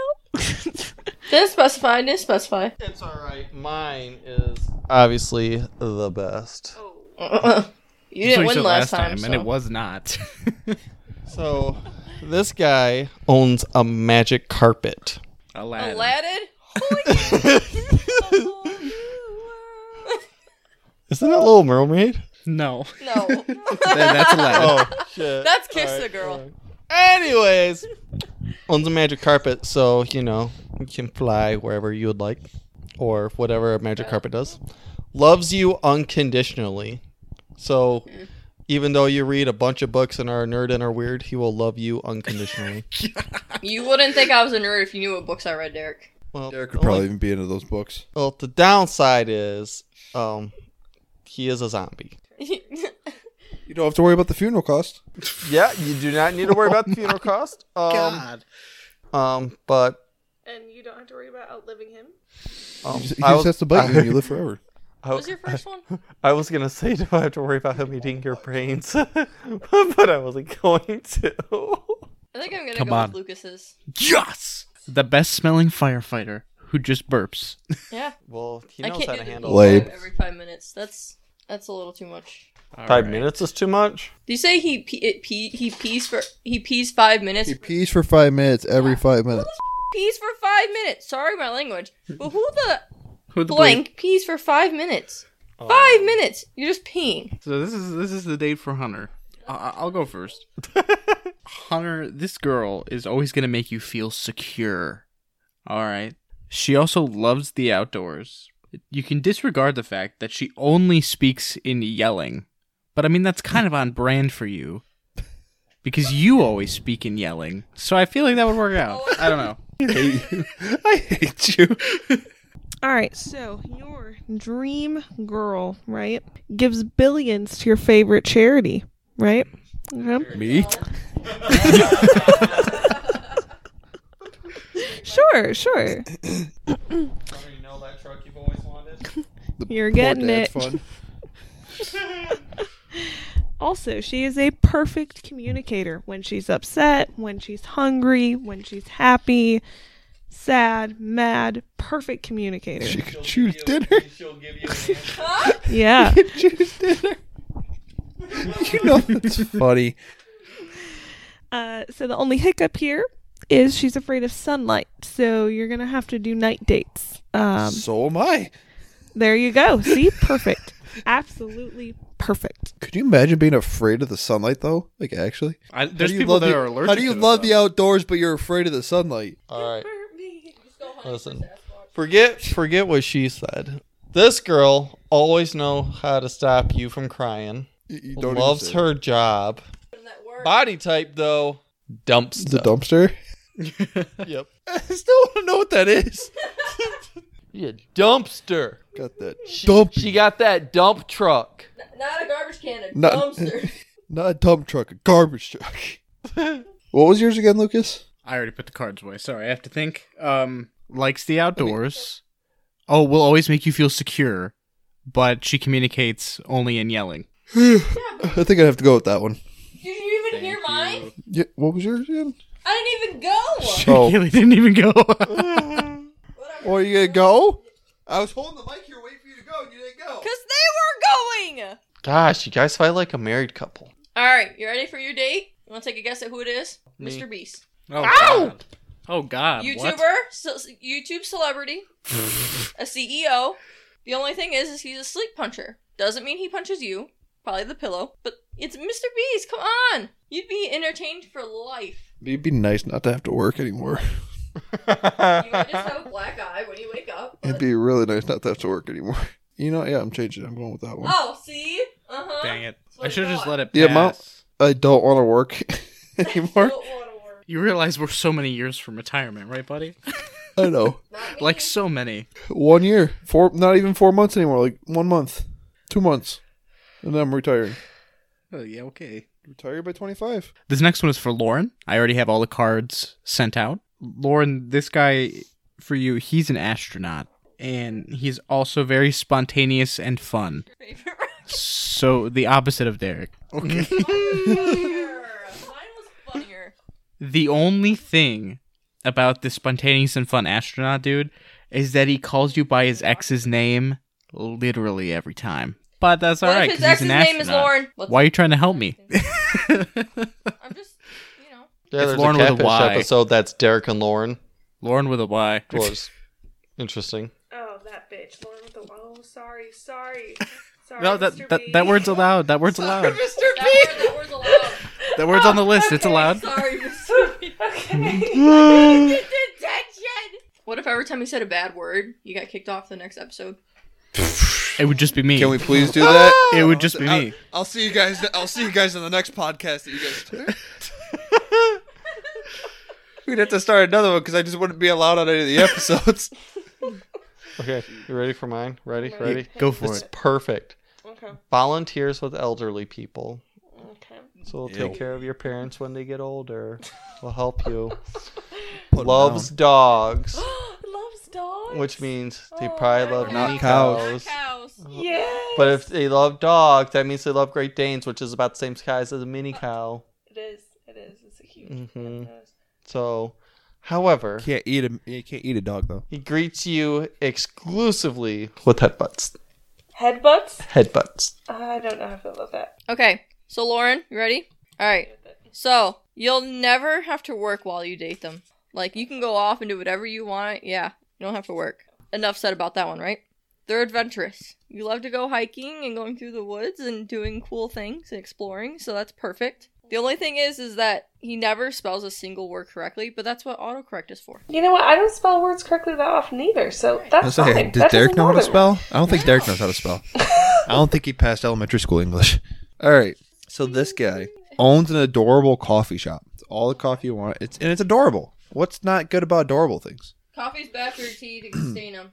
Speaker 7: Didn't specify. Didn't specify.
Speaker 2: It's all right. Mine is obviously the best.
Speaker 7: Oh. *laughs* you didn't
Speaker 1: So
Speaker 7: win
Speaker 1: said
Speaker 7: last, time,
Speaker 1: and
Speaker 7: so.
Speaker 1: it was not. *laughs*
Speaker 2: So, this guy owns a magic
Speaker 7: *laughs*
Speaker 2: carpet.
Speaker 1: Aladdin. *laughs*
Speaker 7: Aladdin. Holy
Speaker 2: Isn't that Little Mermaid?
Speaker 1: No,
Speaker 7: no,
Speaker 1: That-
Speaker 7: *laughs*
Speaker 1: that's Aladdin.
Speaker 2: Oh shit.
Speaker 7: that's Kiss the Girl.
Speaker 2: Anyways, owns a magic carpet, so you know you can fly wherever you would like, or whatever a magic carpet does. Loves you unconditionally, so even though you read a bunch of books and are a nerd and are weird, he will love you
Speaker 7: *laughs*
Speaker 2: unconditionally.
Speaker 7: You wouldn't think I was a nerd if you knew what books I read, *laughs* Derek.
Speaker 2: Well,
Speaker 4: Derek could
Speaker 2: only-
Speaker 4: probably even be into those books.
Speaker 2: Well, the downside is, um, he is a zombie.
Speaker 4: You don't have to worry about the funeral cost.
Speaker 2: Yeah, you do not need to worry about the *laughs* funeral cost. Um, Um, but
Speaker 6: and you don't have to worry about outliving him.
Speaker 2: um,
Speaker 4: He just, he
Speaker 2: I
Speaker 4: just
Speaker 2: was-
Speaker 4: has to bite you and you live forever.
Speaker 2: I-
Speaker 7: What was your first one?
Speaker 2: I was gonna say, *laughs* do I have to worry about him eating your brains? *laughs* but I wasn't going to.
Speaker 7: I think I'm gonna
Speaker 1: Come
Speaker 7: go
Speaker 1: on.
Speaker 7: with Lucas's.
Speaker 1: Yes, the best smelling firefighter who just burps.
Speaker 7: Yeah,
Speaker 2: Well, he
Speaker 7: I
Speaker 2: knows
Speaker 7: can't
Speaker 2: how
Speaker 7: do
Speaker 2: to
Speaker 7: the
Speaker 2: handle.
Speaker 4: Lay-
Speaker 7: deep
Speaker 4: Labe.
Speaker 7: dive every five minutes. That's that's a little too much.
Speaker 1: All
Speaker 2: Five
Speaker 1: right.
Speaker 2: minutes is too much.
Speaker 7: Do you say he pe- it pe- he pees for he pees five minutes?
Speaker 4: He pees for five minutes every five minutes.
Speaker 7: pees for five minutes. Sorry, my language. But who the
Speaker 1: Who the Oh.
Speaker 7: blank pees for five minutes? Five minutes. You're just peeing.
Speaker 1: So this is this is the date for Hunter. I- I'll go
Speaker 4: *laughs*
Speaker 1: first. Hunter, this girl is always gonna make you feel secure. All right. She also loves the outdoors. You can disregard the fact that she only speaks in yelling, but I mean that's kind of on brand for you, because you always speak in yelling. So I feel like that would work out. I don't
Speaker 4: *laughs*
Speaker 1: know. I hate you.
Speaker 6: *laughs* All right, so your dream girl, right, gives billions to your favorite charity, right? Okay.
Speaker 4: Me?
Speaker 6: *laughs* Sure, sure.
Speaker 2: You know that truck you've always wanted.
Speaker 6: You're
Speaker 4: Poor
Speaker 6: getting
Speaker 4: dad's
Speaker 6: it. *laughs*
Speaker 4: fun.
Speaker 6: Also, she is a perfect communicator when she's upset, when she's hungry, when she's happy, sad, mad, perfect
Speaker 4: She
Speaker 6: communicator.
Speaker 4: could choose dinner.
Speaker 2: She'll give you. An
Speaker 6: Yeah.
Speaker 4: *laughs* choose dinner. *laughs* you know that's funny.
Speaker 6: Uh, so the only hiccup here is she's afraid of sunlight. So you're going to have to do night dates. Um,
Speaker 4: so am I.
Speaker 6: There you go. See? Perfect. Absolutely perfect.
Speaker 4: Could you imagine being afraid of the sunlight though? Like actually,
Speaker 1: I,
Speaker 4: How
Speaker 1: there's
Speaker 4: do you
Speaker 1: people
Speaker 4: love
Speaker 1: that
Speaker 4: the-
Speaker 1: are allergic.
Speaker 4: How do you
Speaker 1: to
Speaker 4: love the
Speaker 1: sun.
Speaker 4: outdoors but you're afraid of the sunlight?
Speaker 2: All right. Listen, forget forget what she said. This girl always know how to stop you from crying.
Speaker 4: You- you don't even
Speaker 2: Loves
Speaker 4: say
Speaker 2: her job. Body type though, dumpster.
Speaker 4: it. the dumpster.
Speaker 2: Yep. *laughs*
Speaker 4: I still want to know what that is.
Speaker 2: Yeah, dumpster.
Speaker 4: Got that
Speaker 2: She,
Speaker 4: dump,
Speaker 2: she got that dump truck.
Speaker 7: Not a garbage can, a
Speaker 4: No. *laughs*
Speaker 7: dumpster.
Speaker 4: not a dump truck, a garbage truck. what was yours again, Lucas?
Speaker 1: I already put the cards away. Sorry, I have to think. Um, likes the outdoors. Oh, will always make you feel secure, but she communicates only in yelling. *laughs*
Speaker 4: I think I have to go with that one.
Speaker 7: Did you even hear mine?
Speaker 4: Yeah, what was yours again?
Speaker 7: I didn't even go.
Speaker 4: Oh.
Speaker 1: Kaylee didn't even *laughs* go. Oh,
Speaker 4: Or you gonna go? I was holding the mic here waiting for you to go, and you didn't go.
Speaker 7: Because they were going.
Speaker 2: Gosh, you guys fight like a married *laughs* couple.
Speaker 7: All right, you ready for your date? You want to take a guess at who it is?
Speaker 2: Me.
Speaker 7: Mr. Beast.
Speaker 1: oh God! Oh God!
Speaker 7: YouTuber,
Speaker 1: what?
Speaker 7: ce- YouTube celebrity, a CEO. The only thing is, is he's a sleep puncher. Doesn't mean he punches you. Probably the pillow. But it's Mr. Beast. Come on. You'd be entertained for life.
Speaker 4: It'd be nice not to have to work anymore.
Speaker 7: You might just have a black eye when you wake up.
Speaker 4: *laughs* *laughs* It'd
Speaker 7: but-
Speaker 4: be really nice not to have to work anymore. You know, yeah, I'm changing. I'm going with that one.
Speaker 7: Oh, see? Uh huh.
Speaker 1: Dang
Speaker 7: *laughs*
Speaker 1: it! I should have just let it.
Speaker 4: The amount-
Speaker 1: pass.
Speaker 4: I don't want to work *laughs* anymore.
Speaker 1: You realize we're so many years from retirement, right, buddy?
Speaker 4: *laughs* I know.
Speaker 1: Like so many.
Speaker 4: One year, four, not even four months anymore. Like one month, two months, and then I'm retiring.
Speaker 1: Oh yeah, okay.
Speaker 4: Retire by 25.
Speaker 1: This next one is for Lauren. I already have all the cards sent out. Lauren, this guy for you, he's an astronaut and he's also very spontaneous and fun.
Speaker 7: Favorite
Speaker 1: So the opposite of Derek. Okay.
Speaker 7: Mine was funnier.
Speaker 1: the only thing about this spontaneous and fun astronaut dude is that he calls you by his ex's name literally every time. But that's all
Speaker 7: What if
Speaker 1: right.
Speaker 7: his
Speaker 1: 'cause he's an
Speaker 7: ex's name is
Speaker 1: astronaut.
Speaker 7: Lauren? What's-
Speaker 1: Why are you trying to help
Speaker 7: *laughs*
Speaker 1: me?
Speaker 7: I'm just, you know.
Speaker 2: Yeah,
Speaker 1: It's
Speaker 2: there's
Speaker 1: Lauren
Speaker 2: a
Speaker 1: with a
Speaker 2: catfish
Speaker 1: Y.
Speaker 2: episode that's Derek and Lauren.
Speaker 1: Lauren with a Y.
Speaker 2: Was interesting.
Speaker 6: Oh, that bitch. Lauren with the oh, sorry, sorry, sorry.
Speaker 1: No, that, that that
Speaker 6: *laughs*
Speaker 1: word's allowed. That word's allowed.
Speaker 7: *laughs* That word, that word's allowed.
Speaker 1: That word's on the list. It's allowed.
Speaker 7: Sorry, Mr. B.
Speaker 1: *laughs*
Speaker 7: Okay. Detention. What if every time he said a bad word, you got kicked off the next episode?
Speaker 1: It would just be me.
Speaker 4: Can we Oh. please do
Speaker 2: *laughs*
Speaker 4: that?
Speaker 1: It would just be me.
Speaker 4: I'll see you guys. I'll see you guys in the next podcast that you guys. *laughs* We'd have to start another one because I just wouldn't be allowed on any *laughs* of the episodes.
Speaker 2: Okay, you ready for mine? Ready? Ready?
Speaker 1: Go for
Speaker 2: It's
Speaker 1: it.
Speaker 2: perfect.
Speaker 6: Okay,
Speaker 2: Volunteers with elderly people.
Speaker 6: okay.
Speaker 2: So we'll
Speaker 4: Ew.
Speaker 2: take care of your parents when they get older. We'll help you.
Speaker 4: *laughs* Put 'em
Speaker 2: Loves
Speaker 4: down. *gasps*
Speaker 2: dogs,
Speaker 6: *gasps*
Speaker 7: Loves dogs.
Speaker 2: which means they
Speaker 7: Oh,
Speaker 2: probably
Speaker 7: they're
Speaker 2: love
Speaker 7: not
Speaker 2: mini cows.
Speaker 4: cows.
Speaker 7: cows.
Speaker 6: Yes.
Speaker 2: But if they love dogs, that means they love Great Danes, which is about the same size as a mini cow.
Speaker 6: it is, it is. It's a huge.
Speaker 1: Mm-hmm.
Speaker 2: hmm So, however,
Speaker 4: Can't eat a you can't eat a dog though.
Speaker 2: he greets you exclusively with headbutts.
Speaker 6: Headbutts.
Speaker 2: Headbutts.
Speaker 6: I don't know how I feel about that.
Speaker 7: Okay, so Lauren, you ready? All right. So you'll never have to work while you date them. Like you can go off and do whatever you want. Yeah, you don't have to work. Enough said about that one, right? They're adventurous. You love to go hiking and going through the woods and doing cool things and exploring, so that's perfect. The only thing is, is that he never spells a single word correctly, but that's what autocorrect is for.
Speaker 6: You know what? I don't spell words correctly that often either, so
Speaker 4: I was
Speaker 6: that's
Speaker 4: like,
Speaker 6: fine.
Speaker 4: did
Speaker 6: That
Speaker 4: Derek
Speaker 6: doesn't
Speaker 4: know how to
Speaker 6: bother me.
Speaker 4: spell? I don't think Derek knows how to spell. I don't think he passed elementary school English. *laughs* All right. So this guy owns an adorable coffee shop. It's all the coffee you want. It's and it's adorable. What's not good about adorable things?
Speaker 7: Coffee's bad for your tea to stain them.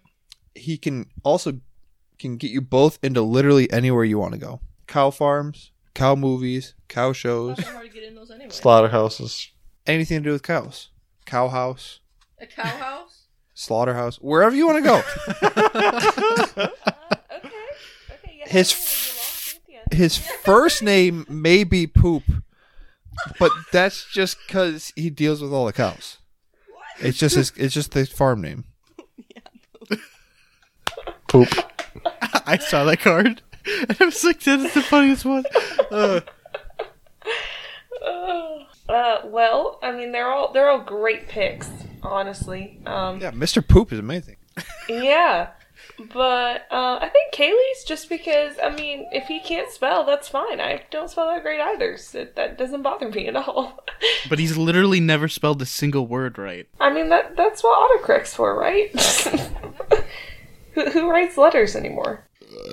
Speaker 4: He can also can get you both into literally anywhere you want to go. Cow farms, cow movies, cow shows,
Speaker 7: hard to get in those anyway.
Speaker 2: Slaughterhouses.
Speaker 4: anything to do with cows. Cow house,
Speaker 7: A cow house.
Speaker 4: slaughterhouse, wherever you want to
Speaker 6: *laughs*
Speaker 4: go.
Speaker 6: Okay. Okay. Yeah.
Speaker 4: His f- his first name may be poop, but that's just because he deals with all the cows. It's just his, it's just the farm name.
Speaker 2: Poop.
Speaker 1: I saw that card. *laughs* And I was like, that is the funniest one. Uh,
Speaker 6: Ugh. Uh, well, I mean, they're all they're all great picks, honestly. Um,
Speaker 4: Yeah, Mr. Poop is amazing.
Speaker 6: yeah. But uh, I think Kaylee's just because I mean, if he can't spell, that's fine. I don't spell that great either, so that doesn't bother me at all. *laughs*
Speaker 1: But he's literally never spelled a single word right.
Speaker 6: I mean, that that's what autocorrect's for, right? *laughs* who, who writes letters anymore?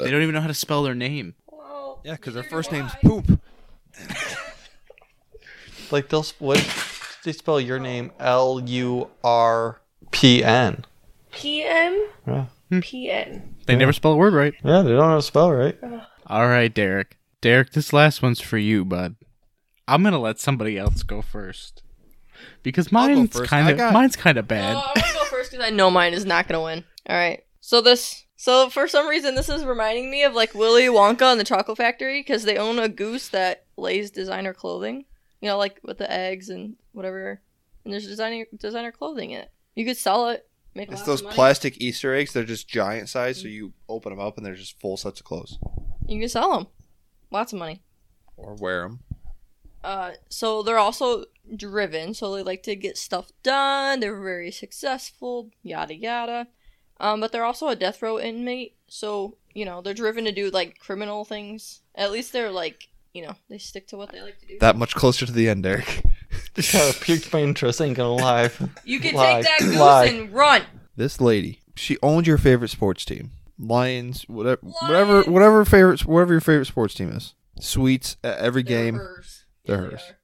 Speaker 1: They don't even know how to spell their name.
Speaker 6: Well,
Speaker 4: Yeah, because their first name's Poop.
Speaker 2: Like they'll sp- what? They spell your name L U R P N.
Speaker 6: PM.
Speaker 2: Yeah.
Speaker 4: Hmm.
Speaker 6: PN.
Speaker 1: They never spell a word right.
Speaker 2: Yeah, they don't know how to spell right. *laughs*
Speaker 1: All right, Derek. Derek, this last one's for you, bud. I'm gonna let somebody else go first because
Speaker 4: go
Speaker 1: mine's
Speaker 4: first.
Speaker 1: kind
Speaker 4: I
Speaker 1: of
Speaker 4: got-
Speaker 1: mine's kind of
Speaker 7: Uh,
Speaker 1: bad.
Speaker 7: I'm gonna go first because I know mine is not gonna win. All right. So this, so for some reason, this is reminding me of like Willy Wonka and the Chocolate Factory because they own a goose that lays designer clothing. You know, like with the eggs and whatever, and there's designer designer clothing in it. You could sell it, make
Speaker 4: It's
Speaker 7: lots
Speaker 4: those
Speaker 7: of money.
Speaker 4: plastic Easter eggs. They're just giant size, so you open them up and they're just full sets of clothes.
Speaker 7: you can sell them, lots of money.
Speaker 4: Or wear them.
Speaker 7: Uh, so they're also driven, so they like to get stuff done. They're very successful, yada yada. Um, but they're also a death row inmate, so you know they're driven to do like criminal things. At least they're like, you know, they stick to what they like to do.
Speaker 4: That much closer to the end, Derek.
Speaker 2: kind of piqued my interest. Ain't gonna lie.
Speaker 7: you can
Speaker 2: Lie.
Speaker 7: take that goose
Speaker 2: Lie.
Speaker 7: and run.
Speaker 4: This lady, she owned your favorite sports team, Lions, whatever, whatever,
Speaker 7: Lions!
Speaker 4: whatever favorite, whatever your favorite sports team is. Sweets at every
Speaker 7: They're
Speaker 4: game.
Speaker 7: hers.
Speaker 4: They're
Speaker 7: Yeah, they
Speaker 4: hers.
Speaker 7: are.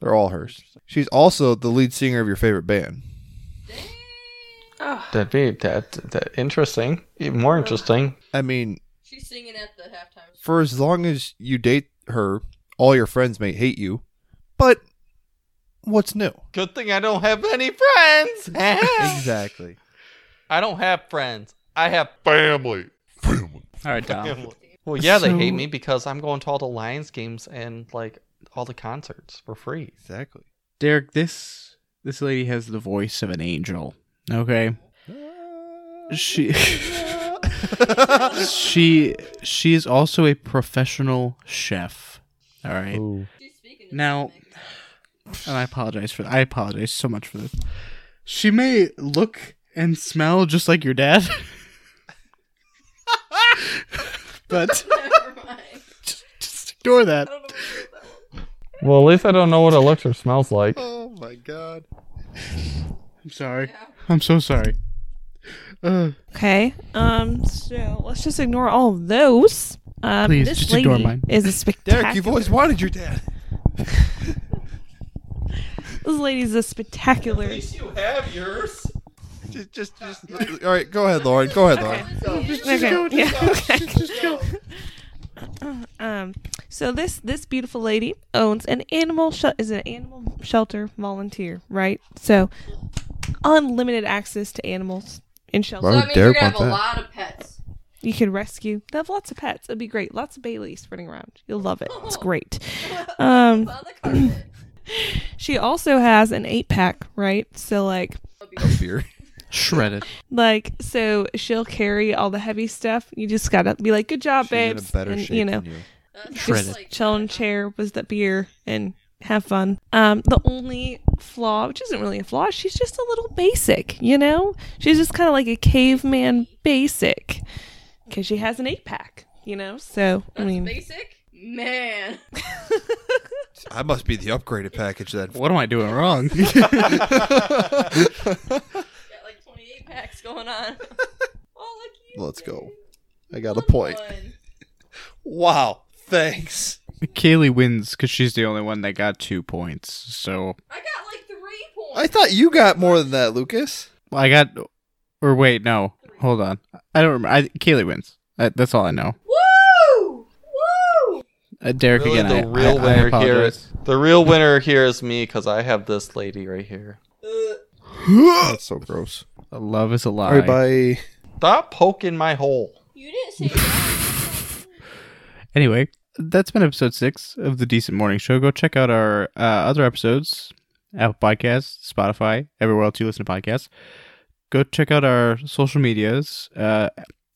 Speaker 4: They're all hers. She's also the lead singer of your favorite band.
Speaker 6: Oh,
Speaker 2: That'd be that, that interesting. Even more interesting.
Speaker 4: I mean,
Speaker 7: She's singing at the halftime.
Speaker 4: for as long as you date her, all your friends may hate you, but what's new?
Speaker 2: Good thing I don't have any friends. *laughs*
Speaker 4: exactly.
Speaker 2: I don't have friends. I have family.
Speaker 1: All right, Dom.
Speaker 2: Well, yeah, they hate
Speaker 1: So-
Speaker 2: me because I'm going to all the Lions games and like all the concerts for free.
Speaker 4: Exactly.
Speaker 1: Derek, this this lady has the voice of an angel. Okay. She *laughs* she she is also a professional chef. All right.
Speaker 7: She's speaking. to
Speaker 1: Now,
Speaker 7: them.
Speaker 1: and I apologize for I apologize so much for this. She may look and smell just like your dad. *laughs* but
Speaker 7: Never
Speaker 4: *laughs*
Speaker 7: mind.
Speaker 1: just ignore that.
Speaker 7: I don't know what to do with that one.
Speaker 2: Well, at least I don't know what it looks or smells like.
Speaker 4: *laughs* Oh my god.
Speaker 1: I'm sorry. I'm so sorry. Uh,
Speaker 6: Okay. Um. So let's just ignore all of those. Um,
Speaker 1: Please,
Speaker 6: this
Speaker 1: just
Speaker 6: lady
Speaker 1: ignore mine.
Speaker 6: is
Speaker 1: *laughs*
Speaker 6: a spectacular.
Speaker 4: Derek, you've always wanted your dad.
Speaker 6: This lady's a spectacular.
Speaker 2: you have yours.
Speaker 4: Just, just, just. all right, go ahead, Lauren. Go ahead, Lauren.
Speaker 6: Okay. Yeah. Okay. *laughs* Um. So this this beautiful lady owns an animal sh- is an animal shelter volunteer, right? So unlimited access to animals in shelters.
Speaker 4: Why
Speaker 7: So
Speaker 4: would
Speaker 7: that means
Speaker 4: Derek
Speaker 7: you're gonna have
Speaker 4: want
Speaker 7: a
Speaker 4: that?
Speaker 7: lot of pets.
Speaker 6: You could rescue. They have lots of pets. It'd be great. Lots of Baileys running around. You'll love it. It's great. Um.
Speaker 7: On the carpet.
Speaker 6: She also has an eight pack, right? So like
Speaker 4: Beer.
Speaker 1: shredded.
Speaker 6: Like, so she'll carry all the heavy stuff. You just gotta be like, good job,
Speaker 4: She's
Speaker 6: babes.
Speaker 4: in a better
Speaker 6: and,
Speaker 4: shape
Speaker 6: you know,
Speaker 4: than you.
Speaker 7: That's
Speaker 1: Shredded.
Speaker 7: just like-
Speaker 6: chill in a chair with the beer and have fun. Um, the only flaw, which isn't really a flaw, she's just a little basic, you know? She's just kind of like a caveman basic because she has an eight pack, you know? So, I
Speaker 7: That's
Speaker 6: mean,
Speaker 7: basic? Man.
Speaker 4: I must be the upgraded package then.
Speaker 1: What am I doing *laughs* wrong?
Speaker 7: Got like 28 packs
Speaker 4: *laughs*
Speaker 7: going on. oh, look you.
Speaker 4: Let's go. I got a point.
Speaker 7: One.
Speaker 4: Wow. Thanks.
Speaker 1: Kaylee wins because she's the only one that got two points. So
Speaker 7: I got like three points.
Speaker 4: I thought you got more than that, Lucas.
Speaker 1: I got, or wait, no, hold on. I don't remember. I, Kaylee wins. I, that's all I know.
Speaker 7: Woo! Woo!
Speaker 1: Uh, Derek
Speaker 2: Really,
Speaker 1: again.
Speaker 2: the
Speaker 1: I,
Speaker 2: real
Speaker 1: I, I
Speaker 2: winner here
Speaker 1: apologize.
Speaker 2: is the real winner here is me because I have this lady right here.
Speaker 7: Uh,
Speaker 4: That's so gross.
Speaker 1: Love is a lie.
Speaker 4: All right, bye.
Speaker 2: Stop poking my hole.
Speaker 7: you didn't say that.
Speaker 1: Anyway, that's been episode six of the Decent Morning Show. Go check out our uh, other episodes, Apple Podcasts, Spotify, everywhere else you listen to podcasts. Go check out our social medias uh,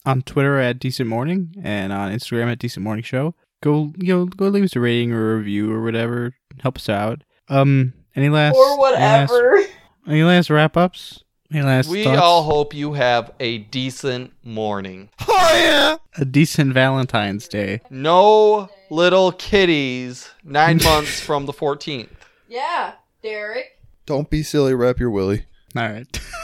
Speaker 1: on Twitter at Decent Morning and on Instagram at Decent Morning Show. Go, you know, go leave us a rating or a review or whatever. Help us out. Um, any last
Speaker 7: Or
Speaker 1: Any last,
Speaker 7: whatever.
Speaker 1: any last wrap ups? Any last
Speaker 2: We
Speaker 1: thoughts?
Speaker 2: all hope you have a decent morning.
Speaker 1: a decent Valentine's Day.
Speaker 2: No little kitties nine months from the 14th.
Speaker 7: Yeah, Derek.
Speaker 4: Don't be silly. Wrap your willy.
Speaker 1: All right.